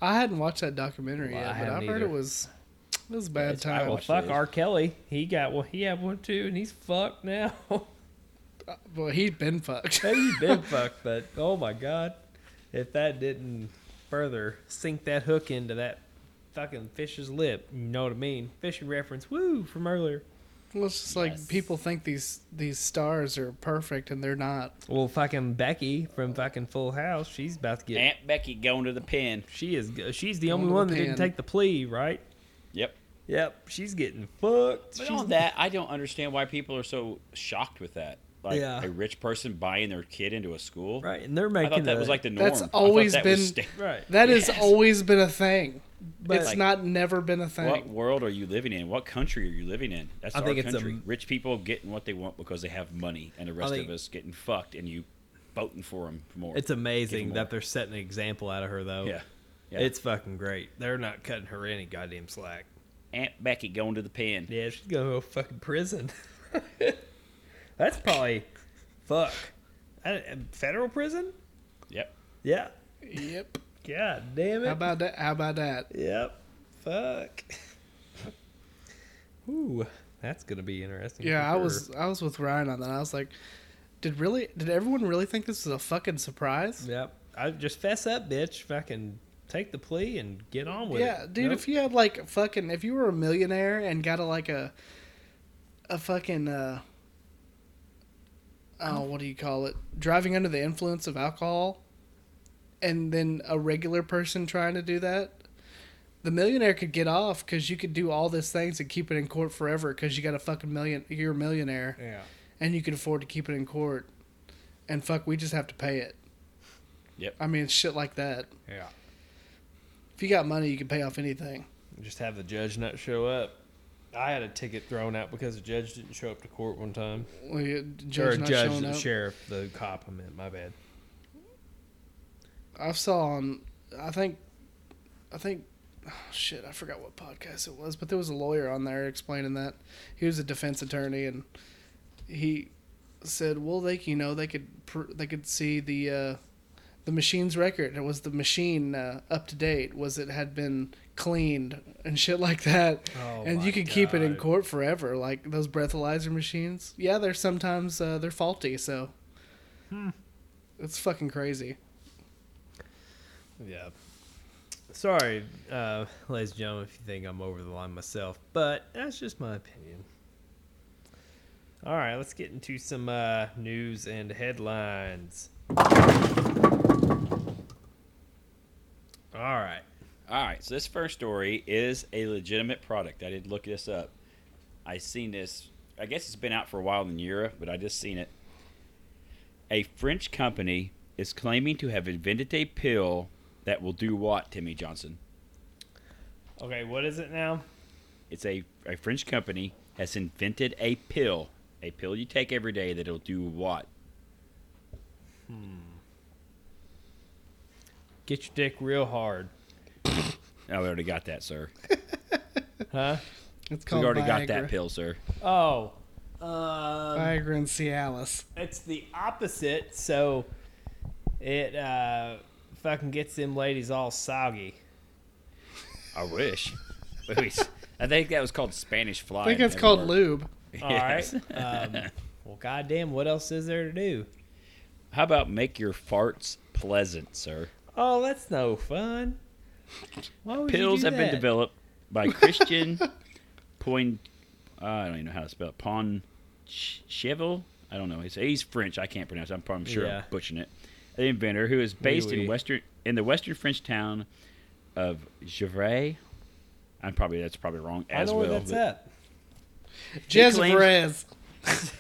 Speaker 3: I hadn't watched that documentary
Speaker 2: Well, I
Speaker 3: yet, but
Speaker 2: haven't
Speaker 3: I've heard
Speaker 2: either.
Speaker 3: it was it was a bad
Speaker 1: It's- I
Speaker 3: time.
Speaker 2: Well,
Speaker 1: watched
Speaker 2: fuck
Speaker 1: those.
Speaker 2: R. Kelly. He got one. He had one too, and he's fucked now.
Speaker 3: Well, he'd been fucked.
Speaker 2: He's been fucked, but oh my god, if that didn't further sink that hook into that fucking fish's lip, you know what I mean? Fishing reference, woo, from earlier.
Speaker 3: Well, it's just like
Speaker 1: Yes.
Speaker 3: people think these these stars are perfect and they're not.
Speaker 2: Well, fucking Becky from fucking Full House, she's about to get.
Speaker 1: Aunt Becky going to the pen.
Speaker 2: She is. go- She's the
Speaker 3: Going
Speaker 2: only
Speaker 3: to the
Speaker 2: one that didn't
Speaker 3: pen.
Speaker 2: take the plea, right?
Speaker 1: Yep.
Speaker 2: Yep, she's getting fucked.
Speaker 1: But
Speaker 2: she's
Speaker 1: on that, I don't understand why people are so shocked with that. Like
Speaker 2: Yeah.
Speaker 1: a rich person buying their kid into a school.
Speaker 2: right, and they're
Speaker 1: I
Speaker 2: making
Speaker 1: thought that was
Speaker 2: a-
Speaker 1: like the norm.
Speaker 3: That's
Speaker 1: I thought
Speaker 3: always
Speaker 1: that was
Speaker 3: been-
Speaker 1: sta-
Speaker 2: right.
Speaker 3: That has
Speaker 1: Yes.
Speaker 3: always been a thing.
Speaker 2: But-
Speaker 3: it's not never been a thing.
Speaker 1: What world are you living in? What country are you living in? That's
Speaker 2: I
Speaker 1: our
Speaker 2: think it's a-
Speaker 1: country. Rich people getting what they want because they have money, and the rest
Speaker 2: think-
Speaker 1: of us getting fucked, and you voting for them more.
Speaker 2: It's amazing
Speaker 1: more.
Speaker 2: that they're setting an example out of her, though.
Speaker 1: yeah. yeah.
Speaker 2: It's fucking great. They're not cutting her any goddamn slack.
Speaker 1: Aunt Becky going to the pen.
Speaker 2: Yeah, she's gonna go fucking prison. That's probably fuck. I- federal prison?
Speaker 1: Yep.
Speaker 2: Yeah.
Speaker 3: Yep.
Speaker 2: God damn it.
Speaker 3: How about that? How about that?
Speaker 2: Yep. Fuck. Ooh, that's gonna be interesting.
Speaker 3: Yeah,
Speaker 2: for
Speaker 3: I
Speaker 2: her.
Speaker 3: was I was with Ryan on that. I was like, did really did everyone really think this was a fucking surprise?
Speaker 2: Yep. I just fess up, bitch. Fucking take the plea and get on with it.
Speaker 3: yeah, dude.
Speaker 2: Nope.
Speaker 3: If you had like fucking if you were a millionaire and got a like a a fucking uh oh what do you call it driving under the influence of alcohol, and then a regular person trying to do that. The millionaire could get off because you could do all these things and keep it in court forever because you got a fucking million. You're a millionaire.
Speaker 2: yeah.
Speaker 3: and you can afford to keep it in court, and fuck, we just have to pay it.
Speaker 1: Yep.
Speaker 3: I mean, it's shit like that.
Speaker 2: Yeah.
Speaker 3: If you got money, you can pay off anything.
Speaker 2: Just have the judge not show up. I had a ticket thrown out because the judge didn't show up to court one time.
Speaker 3: Well, you-
Speaker 2: or
Speaker 3: judge
Speaker 2: a
Speaker 3: not
Speaker 2: judge,
Speaker 3: showing
Speaker 2: the
Speaker 3: up.
Speaker 2: sheriff, the cop. I meant my bad.
Speaker 3: I saw on, I think, I think, oh, shit, I forgot what podcast it was, but there was a lawyer on there explaining that he was a defense attorney, and he said, well, they, you know, they could, pr- they could see the, uh, the machine's record. It was the machine uh, up to date. Was it had been cleaned and shit like that.
Speaker 2: Oh,
Speaker 3: and
Speaker 2: my
Speaker 3: you could keep it in
Speaker 2: God.
Speaker 3: court forever. Like those breathalyzer machines. Yeah, they're sometimes uh, they're faulty. So
Speaker 2: Hmm.
Speaker 3: it's fucking crazy.
Speaker 2: Yeah. Sorry, uh, ladies and gentlemen, if you think I'm over the line myself, but that's just my opinion. All right, let's get into some uh, news and headlines. All right.
Speaker 1: All right, so this first story is a legitimate product. I did look this up. I seen this. I guess it's been out for a while in Europe, but I just seen it. A French company is claiming to have invented a pill that will do what, Timmy Johnson?
Speaker 2: Okay, what is it now?
Speaker 1: It's a, a French company has invented a pill, a pill you take every day that'll do what?
Speaker 2: Get your dick real hard.
Speaker 1: Oh, we already got that, sir.
Speaker 2: Huh?
Speaker 3: It's
Speaker 1: We
Speaker 3: called
Speaker 1: already
Speaker 3: Viagra.
Speaker 1: got that pill, sir.
Speaker 2: Oh. Um,
Speaker 3: Viagra and Cialis.
Speaker 2: it's the opposite, so it uh, fucking gets them ladies all soggy.
Speaker 1: I wish. Wait, I think that was called Spanish fly.
Speaker 3: I think
Speaker 1: It
Speaker 3: it's
Speaker 1: never
Speaker 3: called
Speaker 1: worked.
Speaker 3: lube.
Speaker 2: All
Speaker 1: Yes.
Speaker 2: right. Um, well, goddamn, what else is there to do?
Speaker 1: How about make your farts pleasant, sir?
Speaker 2: Oh, that's no fun. Why would you
Speaker 1: Pills
Speaker 2: do
Speaker 1: have been
Speaker 2: that?
Speaker 1: developed by Christian Point. I don't even know how to spell it. Pon Chevel. I don't know. He's, he's French. I can't pronounce. It. I'm, probably- I'm sure
Speaker 2: Yeah.
Speaker 1: I'm butchering it. The inventor, who is based
Speaker 2: oui.
Speaker 1: in western in the western French town of Givray. I'm probably that's probably wrong
Speaker 2: I
Speaker 1: as
Speaker 2: know
Speaker 1: well.
Speaker 2: where that's
Speaker 1: but-
Speaker 2: at.
Speaker 3: Jez
Speaker 1: claims-
Speaker 3: Perez.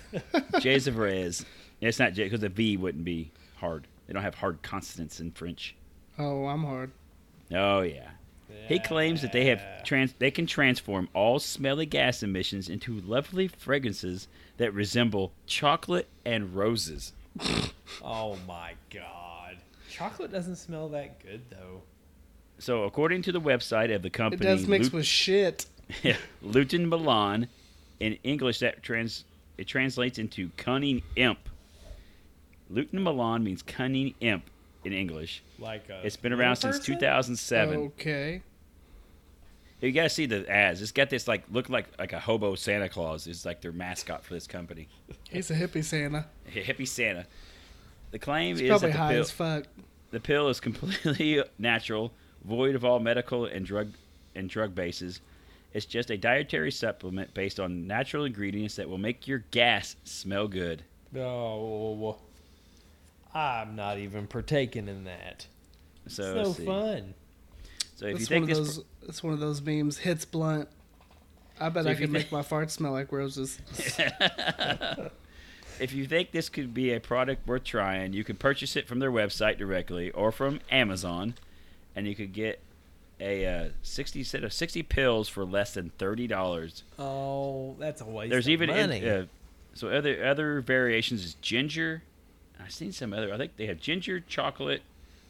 Speaker 1: J's of Rez. It's not J because the V wouldn't be hard. They don't have hard consonants in French.
Speaker 3: Oh, I'm hard.
Speaker 1: Oh yeah. He claims that they
Speaker 2: Yeah.
Speaker 1: have trans- they can transform all smelly gas emissions into lovely fragrances that resemble chocolate and roses.
Speaker 2: Oh my god. Chocolate doesn't smell that good though.
Speaker 1: So, according to the website of the
Speaker 3: It
Speaker 1: company,
Speaker 3: does mix
Speaker 1: Lut-
Speaker 3: with shit.
Speaker 1: Luton Milan, in English that trans it translates into cunning imp. Luton Milan means cunning imp in English.
Speaker 2: Like a
Speaker 1: It's been around
Speaker 2: little
Speaker 1: since
Speaker 2: person?
Speaker 1: 2007.
Speaker 3: Oh. Okay.
Speaker 1: You gotta see the ads. It's got this like look like like a hobo Santa Claus is like their mascot for this company.
Speaker 3: He's a hippie Santa.
Speaker 1: Hippie Santa. The claim
Speaker 3: He's
Speaker 1: is
Speaker 3: probably
Speaker 1: that the
Speaker 3: high
Speaker 1: pill,
Speaker 3: as fuck.
Speaker 1: the pill is completely natural, void of all medical and drug and drug bases. It's just a dietary supplement based on natural ingredients that will make your gas smell good.
Speaker 2: Oh, No. I'm not even partaking in that.
Speaker 1: So
Speaker 2: it's
Speaker 1: let's
Speaker 2: no
Speaker 1: see.
Speaker 2: fun.
Speaker 1: So if you
Speaker 3: It's one
Speaker 1: think
Speaker 3: of
Speaker 1: this,
Speaker 3: those. It's one of those memes. Hits blunt. I bet
Speaker 1: So
Speaker 3: I
Speaker 1: if you
Speaker 3: can
Speaker 1: think-
Speaker 3: make my fart smell like roses.
Speaker 1: if you think this could be a product worth trying, you can purchase it from their website directly or from Amazon, and you could get a uh, sixty set of sixty pills for less than thirty dollars.
Speaker 2: Oh, that's a waste
Speaker 1: There's
Speaker 2: of
Speaker 1: even in-
Speaker 2: money.
Speaker 1: uh, so other other variations is ginger. I've seen some other. I think they have ginger, chocolate.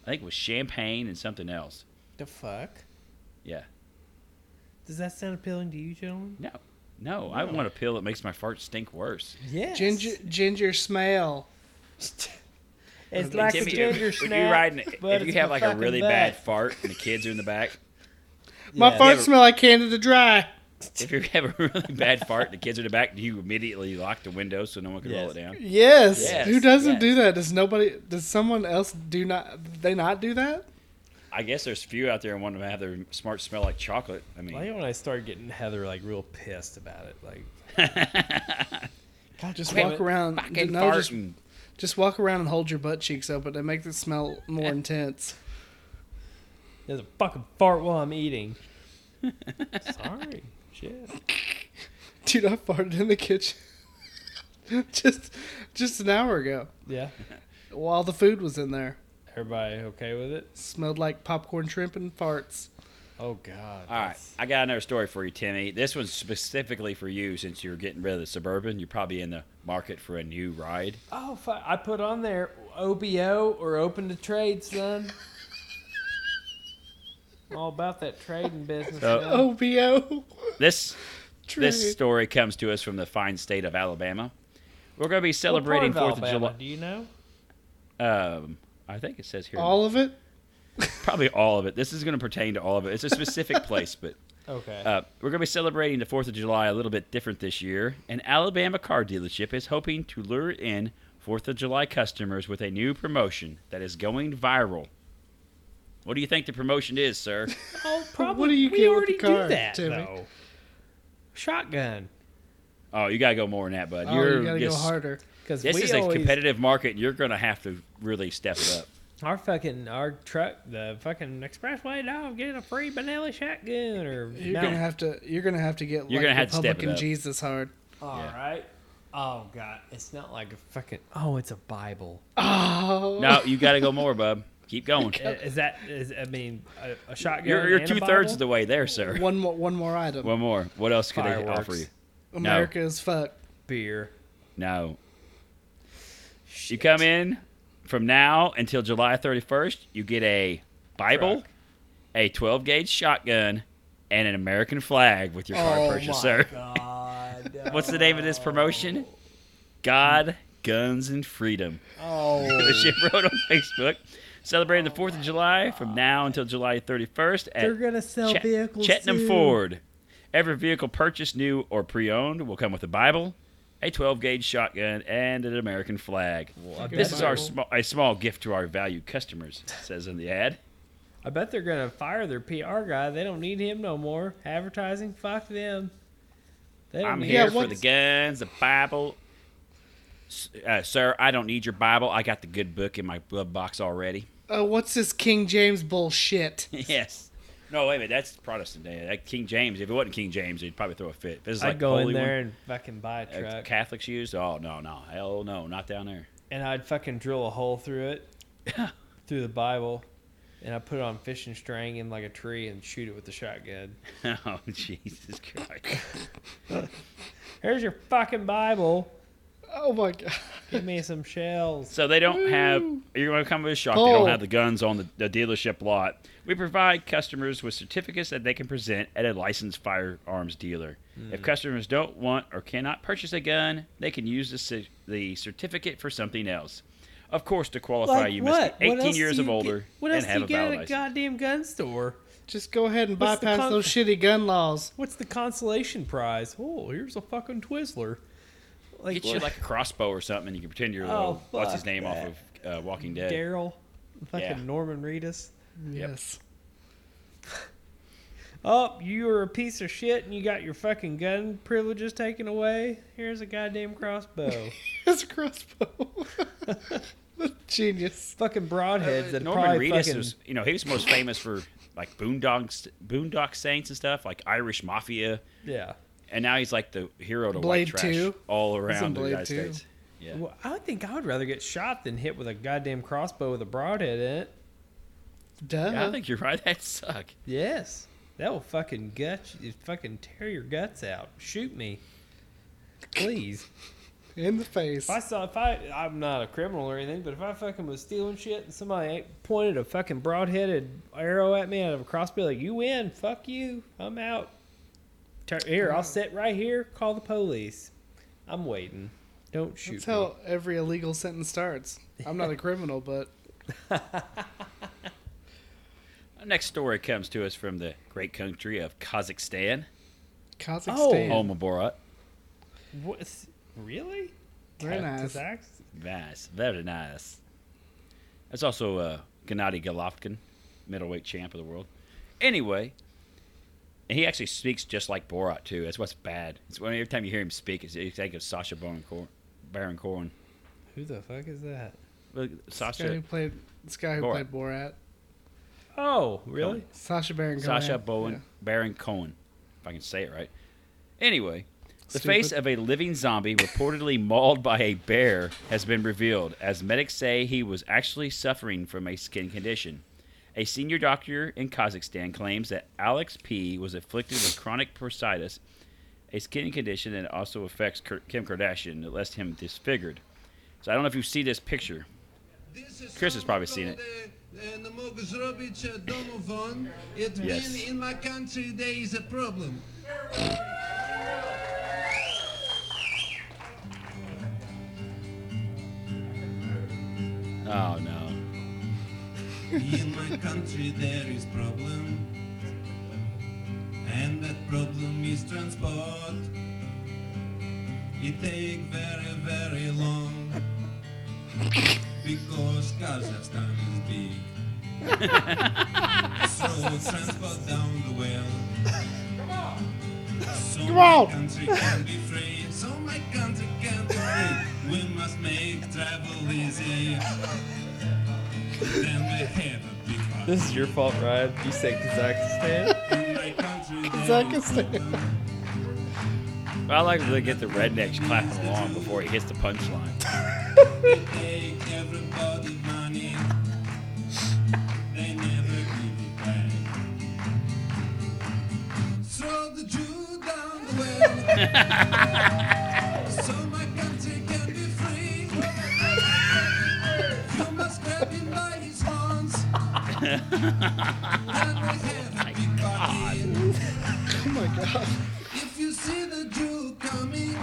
Speaker 1: I think it was champagne and something else.
Speaker 2: the fuck?
Speaker 1: Yeah.
Speaker 2: Does that sound appealing to you, gentlemen?
Speaker 1: No, no. I want a pill that makes my fart stink worse.
Speaker 2: Yeah.
Speaker 3: Ginger, ginger smell.
Speaker 2: It's
Speaker 1: And
Speaker 2: like a
Speaker 1: Timmy,
Speaker 2: ginger
Speaker 1: if, if
Speaker 2: snap.
Speaker 1: you're riding,
Speaker 2: but
Speaker 1: if you
Speaker 2: it's
Speaker 1: have
Speaker 2: my
Speaker 1: like a
Speaker 2: fucking
Speaker 1: really
Speaker 2: butt.
Speaker 1: bad fart and the kids are in the back,
Speaker 3: My
Speaker 2: Yeah.
Speaker 3: fart
Speaker 1: Yeah.
Speaker 3: smell like Canada Dry.
Speaker 1: if you have a really bad fart and the kids are in the back, do you immediately lock the window so no one can roll
Speaker 2: Yes.
Speaker 1: it down?
Speaker 3: Yes.
Speaker 1: Yes,
Speaker 3: Who doesn't
Speaker 1: yes.
Speaker 3: do that? Does nobody? Does someone else do not? They not do that?
Speaker 1: I guess there's few out there and want to have their smart smell like chocolate. I mean,
Speaker 2: Like when I start getting Heather like real pissed about it, like God,
Speaker 3: Just
Speaker 2: damn
Speaker 3: walk
Speaker 2: it.
Speaker 3: around.
Speaker 1: fucking
Speaker 3: no, just,
Speaker 1: farting.
Speaker 3: just walk around and hold your butt cheeks open. They make the smell
Speaker 1: Eh.
Speaker 3: more intense.
Speaker 2: There's a fucking fart while I'm eating. Sorry, shit.
Speaker 3: Dude, I farted in the kitchen just just an hour ago
Speaker 2: Yeah,
Speaker 3: while the food was in there.
Speaker 2: everybody okay with it?
Speaker 3: Smelled like popcorn shrimp and farts.
Speaker 2: Oh God.
Speaker 1: All right,
Speaker 2: that's-
Speaker 1: I got another story for you, Timmy. This one's specifically for you since you're getting rid of the Suburban. You're probably in the market for a new ride.
Speaker 2: Oh fuck! I put on there OBO or open to trade, son. I'm all about that trading business.
Speaker 1: Uh,
Speaker 6: Oh,
Speaker 2: son.
Speaker 3: OBO.
Speaker 1: This this
Speaker 3: Trade.
Speaker 1: story comes to us from the fine state of Alabama. We're going to be
Speaker 2: What part
Speaker 1: celebrating
Speaker 2: of
Speaker 1: Fourth of
Speaker 2: Alabama
Speaker 1: July.
Speaker 2: Do you know?
Speaker 1: Um, I think it says here
Speaker 6: All of it?
Speaker 1: probably all of it. This is going to pertain to all of it. It's a specific place, but
Speaker 2: Okay.
Speaker 1: uh, we're going to be celebrating the Fourth of July a little bit different this year. An Alabama car dealership is hoping to lure in Fourth of July customers with a new promotion that is going viral. What do you think the promotion is, sir?
Speaker 2: oh, probably.
Speaker 6: what do you
Speaker 2: we
Speaker 6: get with
Speaker 2: already
Speaker 6: the car,
Speaker 2: do that
Speaker 6: Timmy?
Speaker 2: though. Shotgun,
Speaker 1: oh, you got to go more than that, bud.
Speaker 6: Oh,
Speaker 1: you're
Speaker 6: you gotta
Speaker 1: just-
Speaker 6: go harder.
Speaker 2: because
Speaker 1: This
Speaker 2: we
Speaker 1: is a
Speaker 2: always,
Speaker 1: competitive market. and You're going to have to really step it up.
Speaker 2: Our fucking our truck, the fucking expressway dog, getting a free vanilla shotgun or
Speaker 3: You're
Speaker 2: no.
Speaker 3: gonna have to. You're gonna have to get.
Speaker 1: You're
Speaker 3: like
Speaker 1: gonna have to step it
Speaker 3: Republican
Speaker 1: up.
Speaker 3: Jesus hard.
Speaker 2: All
Speaker 1: Yeah.
Speaker 2: right. Oh god, it's not like a fucking. Oh, it's a Bible.
Speaker 6: Oh.
Speaker 1: No, you got to go more, bub. Keep going.
Speaker 2: I- Is that? Is I mean, a, a shotgun.
Speaker 1: You're, you're
Speaker 2: and a
Speaker 1: two thirds of
Speaker 2: Bible?
Speaker 1: the way there, sir.
Speaker 3: One more. One more item.
Speaker 1: One more. What else could they
Speaker 2: Fireworks.
Speaker 1: offer you?
Speaker 3: America is fucked.
Speaker 2: beer.
Speaker 1: No. You come in from now until July 31st, you get a Bible, a 12 gauge shotgun, and an American flag with your car
Speaker 3: Oh
Speaker 1: purchase,
Speaker 3: my
Speaker 1: sir.
Speaker 2: God.
Speaker 1: What's the name of this promotion? God, Guns, and Freedom.
Speaker 2: Oh.
Speaker 1: The ship wrote on Facebook. Celebrating the 4th of July from now until July 31st at
Speaker 2: They're gonna sell
Speaker 1: Chet-
Speaker 2: vehicles.
Speaker 1: Chetnam
Speaker 2: too.
Speaker 1: Ford. Every vehicle purchased, new or pre-owned, will come with a Bible, a 12-gauge shotgun, and an American flag. this is our small, a small gift to our valued customers, it says in the ad.
Speaker 2: I bet they're gonna fire their PR guy. They don't need him no more. Advertising, fuck them. They don't
Speaker 1: I'm
Speaker 2: need
Speaker 1: here
Speaker 6: Yeah,
Speaker 1: for the
Speaker 6: what's-
Speaker 1: guns, the Bible. S- Uh, sir, I don't need your Bible. I got the good book in my glove box already.
Speaker 3: Oh,
Speaker 6: Uh, what's this King James bullshit?
Speaker 1: yes. No, wait a minute. That's Protestant. eh? That King James. If it wasn't King James, he'd probably throw a fit. This is
Speaker 2: I'd
Speaker 1: like
Speaker 2: go in
Speaker 1: holy
Speaker 2: there
Speaker 1: one-
Speaker 2: and fucking buy a
Speaker 1: uh,
Speaker 2: truck,
Speaker 1: Catholics used. Oh no, no, hell no, not down there.
Speaker 2: and I'd fucking drill a hole through it, through the Bible, and I put it on fishing string in like a tree and shoot it with the shotgun.
Speaker 1: Oh Jesus Christ!
Speaker 2: Here's your fucking Bible.
Speaker 6: Oh my god.
Speaker 2: Give me some shells.
Speaker 1: So they don't have. You're going to come with a shock. They
Speaker 6: Paul.
Speaker 1: don't have the guns on the, the dealership lot. We provide customers with certificates that they can present at a licensed firearms dealer.
Speaker 2: Hmm.
Speaker 1: If customers don't want or cannot purchase a gun, they can use the, cer- the certificate for something else. Of course, to qualify, you must be 18 years of older
Speaker 2: what
Speaker 1: and
Speaker 2: else
Speaker 1: have
Speaker 2: do you
Speaker 1: a valid
Speaker 2: get at a
Speaker 1: license.
Speaker 2: goddamn gun store?
Speaker 6: Just go ahead and
Speaker 2: What's the
Speaker 6: bypass
Speaker 2: con-
Speaker 6: those shitty gun laws.
Speaker 2: What's the consolation prize? Oh, here's a fucking Twizzler. Like,
Speaker 1: Get you
Speaker 2: what-
Speaker 1: like a crossbow or something, and you can pretend you're
Speaker 2: Oh,
Speaker 1: little, what's his
Speaker 2: fuck
Speaker 1: name
Speaker 2: that.
Speaker 1: off of uh, Walking Dead.
Speaker 2: Daryl, fucking
Speaker 1: Yeah.
Speaker 2: Norman Reedus.
Speaker 3: Yes.
Speaker 2: Oh, you were a piece of shit and you got your fucking gun privileges taken away. Here's a goddamn crossbow.
Speaker 6: His crossbow. Genius.
Speaker 2: fucking broadheads that
Speaker 1: Uh, Norman
Speaker 2: probably
Speaker 1: Reedus
Speaker 2: fucking
Speaker 1: was, you know, he was most famous for like Boondock Boondock Saints and stuff, like Irish Mafia,
Speaker 2: yeah.
Speaker 1: and now he's like the hero to
Speaker 6: Blade
Speaker 1: white trash
Speaker 6: 2.
Speaker 1: all around the
Speaker 6: Blade
Speaker 1: United
Speaker 6: 2.
Speaker 1: States. Yeah.
Speaker 2: Well, I would think I would rather get shot than hit with a goddamn crossbow with a broadhead in it.
Speaker 6: Duh.
Speaker 3: Uh-huh.
Speaker 1: Yeah, I think you're right. That suck.
Speaker 2: Yes, that will fucking gut you, fucking tear your guts out. Shoot me, please.
Speaker 6: In the face.
Speaker 2: If I saw, if I, I'm not a criminal or anything, but if I fucking was stealing shit and somebody ain't pointed a fucking broad-headed arrow at me out of a crossbow, like you win, fuck you, I'm out. Tur here, I'll sit right here. Call the police. I'm waiting. Don't shoot
Speaker 6: That's how every illegal sentence starts. I'm not a criminal, but
Speaker 1: Our next story comes to us from the great country of Kazakhstan,
Speaker 6: Kazakhstan.
Speaker 1: home of Borat.
Speaker 2: me. What's, really?
Speaker 6: Very
Speaker 2: Cat-
Speaker 6: nice.
Speaker 2: Kazaks?
Speaker 1: Nice, very nice. That's also uh, Gennady Golovkin, middleweight champ of the world. Anyway, and he actually speaks just like Borat too. That's what's bad. It's when every time you hear him speak, it's, you think of Sasha Baron Cor- Baron Cohen.
Speaker 2: Who the fuck is that?
Speaker 1: Look,
Speaker 6: This guy who
Speaker 1: Sasha,
Speaker 6: played this guy who
Speaker 1: Borat.
Speaker 6: played Borat.
Speaker 2: Oh, really?
Speaker 6: Sasha Baron Cohen.
Speaker 1: Sasha Bowen,
Speaker 6: Yeah.
Speaker 1: Baron Cohen, if I can say it right. Anyway, the
Speaker 6: Stupid.
Speaker 1: face of a living zombie reportedly mauled by a bear has been revealed, as medics say he was actually suffering from a skin condition. A senior doctor in Kazakhstan claims that Alex P. was afflicted with chronic bursitis, a skin condition that also affects Kar- Kim Kardashian, that left him disfigured. So I don't know if you see this picture.
Speaker 7: Chris has probably seen it.
Speaker 1: Yes.
Speaker 7: in my country there is a problem.
Speaker 1: Oh no.
Speaker 7: In my country there is problem, and that problem is transport. It take very very long because Kazakhstan is big. so transport down the well. So Come
Speaker 6: on.
Speaker 7: my country can be free. So my country can be free. We must make travel easy. Then we have a big party.
Speaker 2: This is your fault, Ryan. You said Kazakhstan.
Speaker 6: Kazakhstan.
Speaker 1: I like to get the rednecks clapping along before he hits the punchline.
Speaker 7: Take everybody's money. They never give it back. Throw the Jew down the well. so my country can be free. You must grab him by his horns. Then we have a big party.
Speaker 6: Oh my god.
Speaker 7: If you see the Jew coming,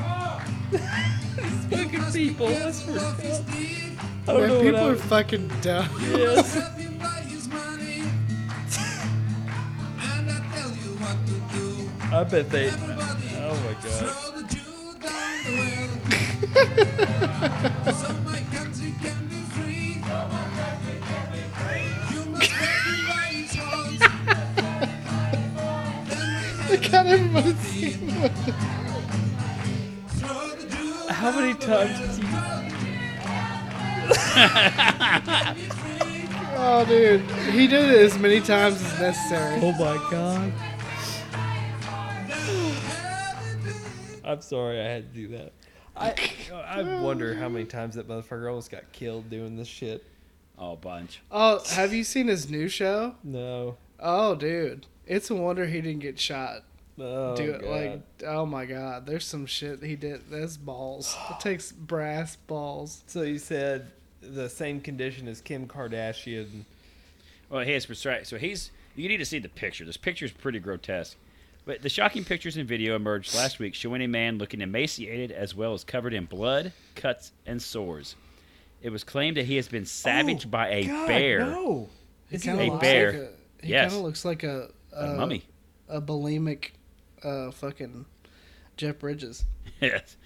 Speaker 2: Fucking
Speaker 7: must be
Speaker 2: people. That's
Speaker 7: careful
Speaker 2: for
Speaker 7: of his teeth.
Speaker 2: I don't know
Speaker 6: Man, people
Speaker 2: what
Speaker 6: are fucking dumb.
Speaker 2: I was-
Speaker 7: Grab him by his money. And I tell you what to do.
Speaker 2: I bet they.
Speaker 7: Everybody,
Speaker 2: Oh my god.
Speaker 7: throw the Jew down the well. so my country can be free. You must grab him by his horns.
Speaker 6: They got everybody.
Speaker 7: Throw the Jew
Speaker 2: How many
Speaker 7: down the
Speaker 2: times
Speaker 7: well.
Speaker 2: did you-
Speaker 6: Oh, dude. He did it as many times as necessary.
Speaker 2: Oh my god. I'm sorry I had to do that. I I wonder how many times that motherfucker almost got killed doing this shit.
Speaker 1: Oh, bunch.
Speaker 6: Oh, have you seen his new show?
Speaker 2: No.
Speaker 6: Oh, dude. It's a wonder he didn't get shot.
Speaker 2: Oh,
Speaker 6: Do it
Speaker 2: God.
Speaker 6: like, oh my god. There's some shit he did. That's balls. It takes brass balls.
Speaker 2: So you said the same condition as Kim Kardashian.
Speaker 1: Well, he has right. So he's. You need to see the picture. This picture is pretty grotesque. But the shocking pictures and video emerged last week showing a man looking emaciated as well as covered in blood, cuts, and sores. It was claimed that he has been savaged by a bear.
Speaker 2: No.
Speaker 6: He
Speaker 2: Is he
Speaker 6: kinda
Speaker 1: a
Speaker 6: looks
Speaker 1: bear?
Speaker 6: Like a, he
Speaker 1: Yes.
Speaker 6: kind of looks like a,
Speaker 1: A
Speaker 3: Uh,
Speaker 1: mummy.
Speaker 6: a bulimic, uh, fucking Jeff Bridges.
Speaker 1: Yes.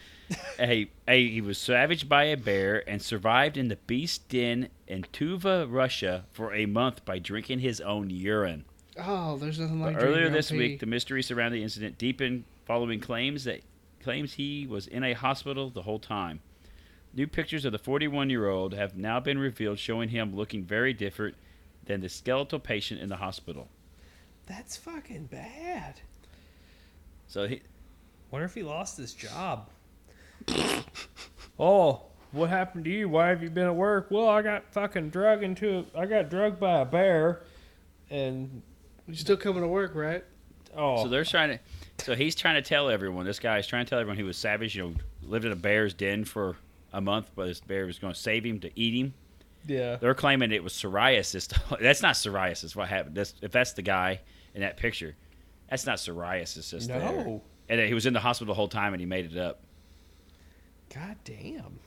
Speaker 1: a, a, he was savaged by a bear and survived in the beast den in Tuva, Russia for a month by drinking his own urine.
Speaker 6: Oh, there's nothing like
Speaker 1: But
Speaker 6: drinking
Speaker 1: earlier
Speaker 6: your own
Speaker 1: this
Speaker 6: pee.
Speaker 1: week, the mystery surrounding the incident deepened following claims that claims he was in a hospital the whole time. New pictures of the 41-year-old have now been revealed showing him looking very different than the skeletal patient in the hospital.
Speaker 2: That's fucking bad.
Speaker 1: So he,
Speaker 2: Wonder if he lost his job. oh, what happened to you? Why have you been at work? Well, I got fucking drug into a, I got drugged by a bear, and
Speaker 6: You're still coming to work, right?
Speaker 2: oh,
Speaker 1: so they're trying to so he's trying to tell everyone, this guy is trying to tell everyone he was savage, you know, lived in a bear's den for a month, but this bear was going to save him to eat him.
Speaker 2: yeah,
Speaker 1: They're claiming it was psoriasis. that's not psoriasis. What happened? That's, if that's the guy in that picture, that's not psoriasis. That's
Speaker 2: No.
Speaker 1: there. And that he was in the hospital the whole time, and he made it up.
Speaker 2: god damn.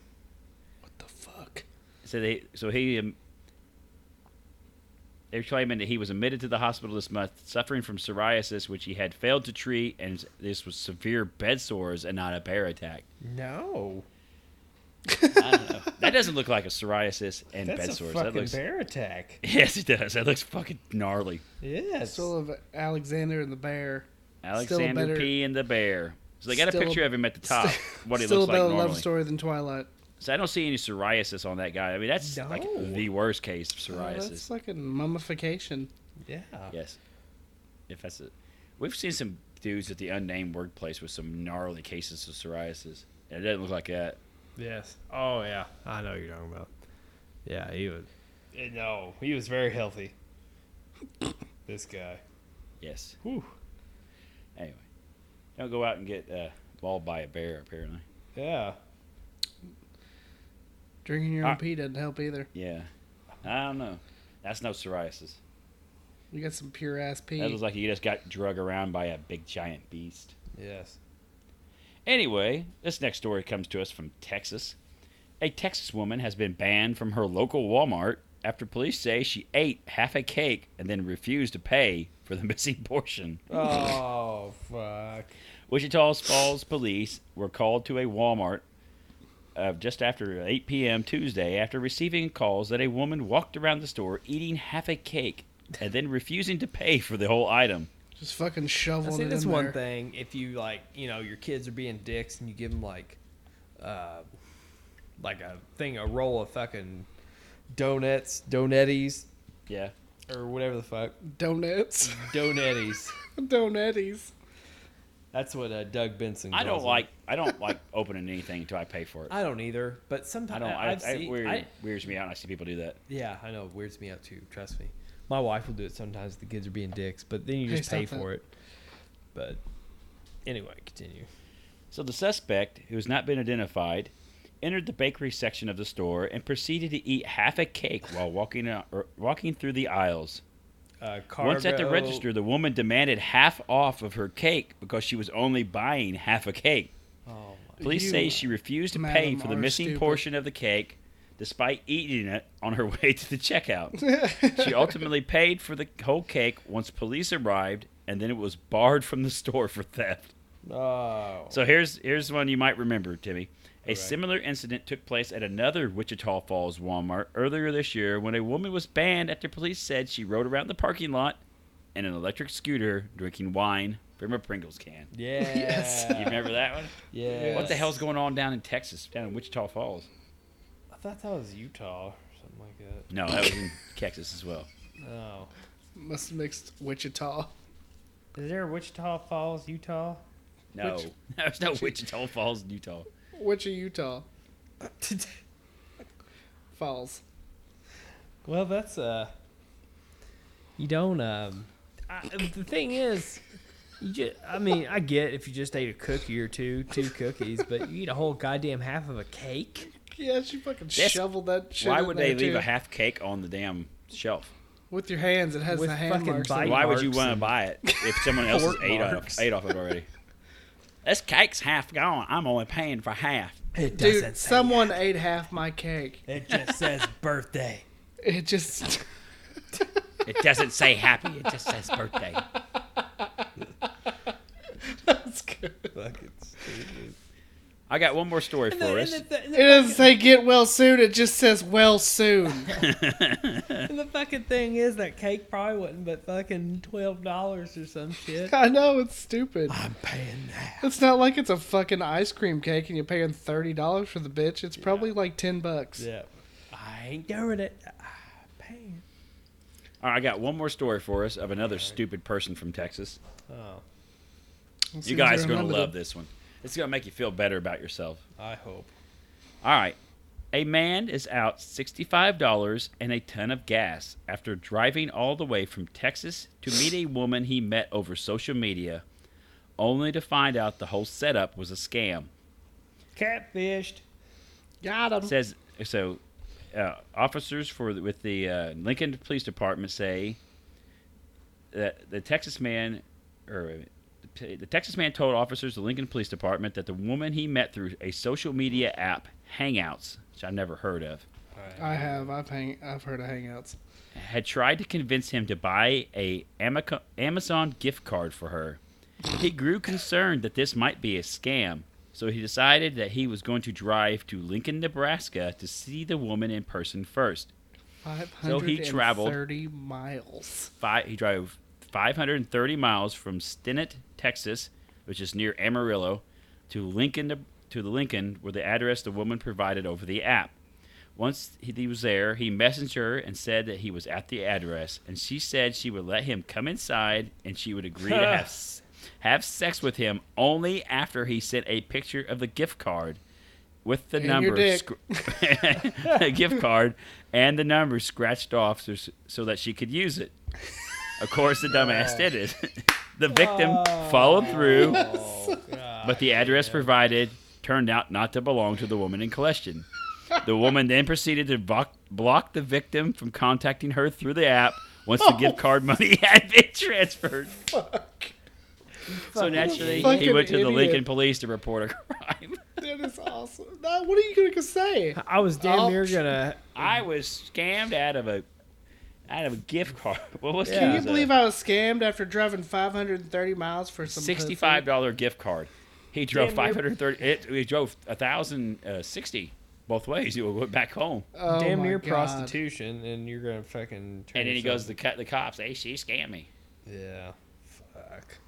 Speaker 6: The fuck.
Speaker 1: So they, so he, um, they're claiming that he was admitted to the hospital this month, suffering from psoriasis, which he had failed to treat, and this was severe bed sores and not a bear attack.
Speaker 2: No,
Speaker 1: I don't know. that doesn't look like a psoriasis and
Speaker 2: that's
Speaker 1: bed
Speaker 2: a
Speaker 1: sores.
Speaker 2: fucking
Speaker 1: That looks.
Speaker 2: bear attack.
Speaker 1: Yes, it does. That looks fucking gnarly.
Speaker 2: Yes,
Speaker 6: Still of Alexander and the Bear.
Speaker 1: Alexander
Speaker 6: better-
Speaker 1: P. and the bear. So they got a
Speaker 6: Still a-
Speaker 1: picture of him at the top, what he
Speaker 6: Still
Speaker 1: looks
Speaker 6: a
Speaker 1: like
Speaker 6: better
Speaker 1: normally.
Speaker 6: love story than Twilight.
Speaker 1: So I don't see any psoriasis on that guy. I mean, that's like
Speaker 2: No.
Speaker 1: the worst case of
Speaker 6: Oh,
Speaker 1: psoriasis.
Speaker 6: that's fucking mummification.
Speaker 2: yeah.
Speaker 1: yes, if that's it. We've seen some dudes at the unnamed workplace with some gnarly cases of psoriasis, and it doesn't look like that.
Speaker 2: Yes. Oh yeah, I know what you're talking about. Yeah, he was. eh, No, he was very healthy. this guy.
Speaker 1: Yes.
Speaker 2: Whew.
Speaker 1: Anyway, don't go out and get uh, mauled by a bear. Apparently.
Speaker 2: Yeah.
Speaker 6: Drinking your own
Speaker 1: Ah.
Speaker 6: pee doesn't help either.
Speaker 1: Yeah. I don't know. That's no psoriasis.
Speaker 6: You got some pure ass pee.
Speaker 1: That looks like you just got drug around by a big giant beast.
Speaker 2: Yes.
Speaker 1: Anyway, this next story comes to us from Texas. A Texas woman has been banned from her local Walmart after police say she ate half a cake and then refused to pay for the missing portion.
Speaker 2: Oh fuck!
Speaker 1: Wichita Falls police were called to a Walmart uh, just after 8 p.m. Tuesday after receiving calls that a woman walked around the store eating half a cake and then refusing to pay for the whole item.
Speaker 3: Just fucking
Speaker 2: I
Speaker 3: shoveling
Speaker 2: see
Speaker 3: it
Speaker 2: that's
Speaker 3: in
Speaker 2: one
Speaker 3: there.
Speaker 2: thing. If you like, you know, your kids are being dicks and you give them like, uh, like a thing, a roll of fucking donuts, donetties,
Speaker 1: Yeah.
Speaker 2: or whatever the fuck,
Speaker 3: Donuts.
Speaker 2: donetties.
Speaker 3: Donetties.
Speaker 2: That's what uh, Doug Benson.
Speaker 1: I
Speaker 2: calls
Speaker 1: don't
Speaker 2: them.
Speaker 1: like I don't like opening anything until I pay for it.
Speaker 2: I don't either. But
Speaker 1: I
Speaker 2: sometimes
Speaker 1: don't. I,
Speaker 2: I, have
Speaker 1: I,
Speaker 2: seen.
Speaker 1: weird,
Speaker 2: I-
Speaker 1: weirds me out. when I see people do that.
Speaker 2: yeah, I know. It weirds me out too. Trust me. My wife will do it sometimes. if The kids are being dicks, but then you
Speaker 3: Hey,
Speaker 2: just pay
Speaker 3: stop that.
Speaker 2: for it. But anyway, continue.
Speaker 1: So the suspect, who has not been identified, entered the bakery section of the store and proceeded to eat half a cake while walking out, or walking through the aisles.
Speaker 2: Uh,
Speaker 1: Once at the
Speaker 2: Cargo-
Speaker 1: register, the woman demanded half off of her cake because she was only buying half a cake.
Speaker 2: Oh my.
Speaker 1: Police
Speaker 3: You,
Speaker 1: say she refused to pay
Speaker 3: madam,
Speaker 1: for the
Speaker 3: are
Speaker 1: missing
Speaker 3: stupid.
Speaker 1: portion of the cake, despite eating it on her way to the checkout. she ultimately paid for the whole cake once police arrived, and then it was barred from the store for theft.
Speaker 2: Oh.
Speaker 1: So here's here's one you might remember, Timmy. A
Speaker 2: Alright.
Speaker 1: similar incident took place at another Wichita Falls Walmart earlier this year when a woman was banned after police said she rode around the parking lot in an electric scooter drinking wine from a Pringles can.
Speaker 2: Yeah.
Speaker 3: Yes.
Speaker 1: You remember that one?
Speaker 2: Yeah.
Speaker 1: What the hell's going on down in Texas, down in Wichita Falls?
Speaker 2: I thought that was Utah or something like that.
Speaker 1: No, that was in Texas as well.
Speaker 2: Oh.
Speaker 3: Must have mixed Wichita.
Speaker 2: Is there a Wichita Falls, Utah?
Speaker 1: No,
Speaker 3: Wich-
Speaker 1: there's no Wichita Falls in Utah.
Speaker 3: Which of Utah falls?
Speaker 2: well, that's uh. You don't um. I, the thing is, you just. I mean, I get if you just ate a cookie or two, two cookies, but you eat a whole goddamn half of a cake.
Speaker 3: Yeah, she fucking
Speaker 1: That's-
Speaker 3: shoveled that shit.
Speaker 1: Why
Speaker 3: in
Speaker 1: would
Speaker 3: there,
Speaker 1: they leave
Speaker 3: too.
Speaker 1: a half cake on the damn shelf?
Speaker 3: with your hands? It has
Speaker 2: with
Speaker 3: the hand
Speaker 2: fucking
Speaker 3: marks. on
Speaker 2: bite
Speaker 3: it.
Speaker 1: Why would you
Speaker 2: marks
Speaker 1: want to
Speaker 2: and-
Speaker 1: buy it if someone else has
Speaker 2: Fork
Speaker 1: ate
Speaker 2: marks.
Speaker 1: off, ate off it already? This cake's half gone. I'm only paying for half.
Speaker 2: It
Speaker 3: Dude, someone ate half my cake.
Speaker 2: It just says birthday.
Speaker 3: It just.
Speaker 1: It doesn't say happy. It just says birthday.
Speaker 3: That's good.
Speaker 2: Fucking stupid.
Speaker 1: I got one more story for us.
Speaker 3: It doesn't say get well soon. It just says well soon.
Speaker 2: And the fucking thing is that cake probably wasn't but fucking twelve dollars or some shit.
Speaker 3: I know it's stupid.
Speaker 2: I'm paying that.
Speaker 3: It's not like it's a fucking ice cream cake and you're paying thirty dollars for the bitch. It's probably like ten bucks.
Speaker 2: Yeah. I ain't doing it. I'm paying.
Speaker 1: All right, I got one more story for us of another stupid person from Texas.
Speaker 2: Oh,
Speaker 1: You guys are going to love this one. It's going to make you feel better about yourself.
Speaker 2: I hope.
Speaker 1: All right. A man is out $65 and a ton of gas after driving all the way from Texas to meet a woman he met over social media, only to find out the whole setup was a scam.
Speaker 2: Catfished.
Speaker 3: Got him.
Speaker 1: says so. Uh, officers for the, with the uh, Lincoln Police Department say that the Texas man or uh, the the Texas man told officers of the Lincoln Police Department that the woman he met through a social media app, Hangouts, which I've never heard of,
Speaker 3: I have. I've hang. I've heard of Hangouts.
Speaker 1: had tried to convince him to buy a Amico- Amazon gift card for her. He grew concerned that this might be a scam, so he decided that he was going to drive to Lincoln, Nebraska to see the woman in person first.
Speaker 3: Five
Speaker 1: So he
Speaker 3: hundred and
Speaker 1: traveled-
Speaker 3: thirty miles.
Speaker 1: Five, he drove 530 miles from Stinnett, Texas, which is near Amarillo, to Lincoln to the Lincoln, where the address the woman provided over the app. Once he, he was there, he messaged her and said that he was at the address, and she said she would let him come inside and she would agree to have s- have sex with him only after he sent a picture of the gift card with the
Speaker 3: And your
Speaker 1: number
Speaker 3: dick.
Speaker 1: scr- a gift card and the number scratched off so, so that she could use it. Of course, the dumbass did it. the victim followed through, but the address provided turned out not to belong to the woman in question. The woman then proceeded to block, block the victim from contacting her through the app once the
Speaker 6: Oh,
Speaker 1: gift card money had been transferred. So naturally, he
Speaker 3: Fucking
Speaker 1: went to the
Speaker 3: idiot.
Speaker 1: Lincoln police to report a crime.
Speaker 3: That is
Speaker 6: That's awesome. Now, what are you gonna say?
Speaker 2: I was damn
Speaker 6: Oh,
Speaker 2: near
Speaker 6: psh.
Speaker 2: gonna.
Speaker 1: I was scammed out of a out of a gift card. What was
Speaker 6: Can
Speaker 1: it?
Speaker 6: you believe I was scammed after driving 530 miles for some pussy?
Speaker 1: sixty-five dollar gift card? He drove
Speaker 2: Damn near-
Speaker 1: five hundred thirty. It he drove a thousand uh, sixty both ways. He went back home,
Speaker 6: Oh
Speaker 2: damn
Speaker 6: my
Speaker 2: near
Speaker 6: God.
Speaker 2: prostitution, and you're gonna fucking. Turn
Speaker 1: and then he goes to
Speaker 2: yourself-
Speaker 1: the cut the cops. Hey, she scammed me.
Speaker 2: Yeah. Fuck.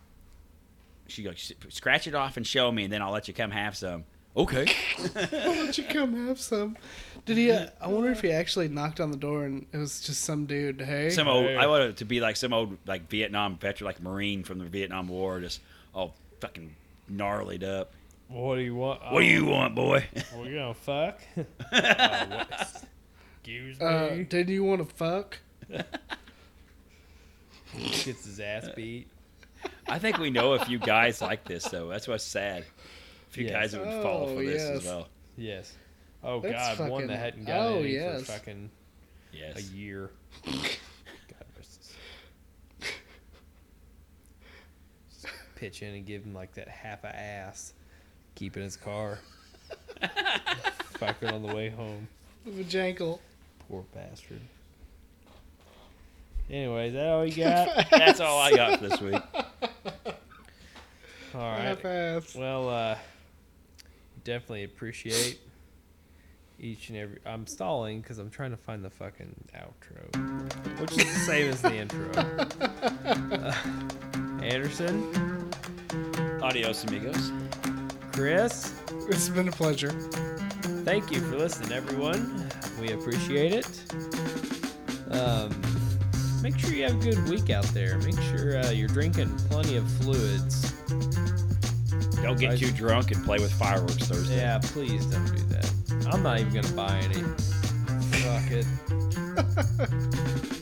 Speaker 1: She goes, scratch it off and show me, and then I'll let you come have some. Okay.
Speaker 6: Why don't you come have some?
Speaker 3: Did he? Uh, I wonder if he actually knocked on the door and it was just some dude. Hey,
Speaker 1: Some old. I want it to be like some old like Vietnam veteran, like Marine from the Vietnam War, just all fucking gnarled up.
Speaker 2: What do you want?
Speaker 1: What do you want, boy?
Speaker 2: We're gonna fuck. Uh, what? Excuse me.
Speaker 3: uh, did you want to fuck?
Speaker 2: Gets his ass beat.
Speaker 1: I think we know a few guys like this, though. That's what's sad. A few
Speaker 2: Yes.
Speaker 1: guys that would fall
Speaker 3: Oh,
Speaker 1: for this as
Speaker 3: yes.
Speaker 1: well.
Speaker 2: Yes. Oh
Speaker 3: That's
Speaker 2: God, one that
Speaker 3: fucking-
Speaker 2: hadn't gotten
Speaker 3: oh,
Speaker 2: any
Speaker 3: yes.
Speaker 2: for fucking a
Speaker 1: Yes.
Speaker 2: year. God rest his. Just Pitch in and give him like that half a ass. Keep in his car. Fucking on the way home.
Speaker 6: Vajankle.
Speaker 2: Poor bastard. Anyway, is that all you got?
Speaker 1: That's all I got for this week.
Speaker 2: all
Speaker 6: Half
Speaker 2: right.
Speaker 6: ass.
Speaker 2: Well, uh, definitely appreciate each and every. I'm stalling because I'm trying to find the fucking outro, which is the same as the intro. Uh, Anderson,
Speaker 1: Adios, amigos.
Speaker 2: Chris,
Speaker 6: It's been a pleasure.
Speaker 2: thank you for listening, everyone. We appreciate it. Um, make sure you have a good week out there. Make sure uh, you're drinking plenty of fluids.
Speaker 1: Don't get too drunk and play with fireworks Thursday.
Speaker 2: Yeah, please don't do that. I'm not even gonna buy any. Fuck it.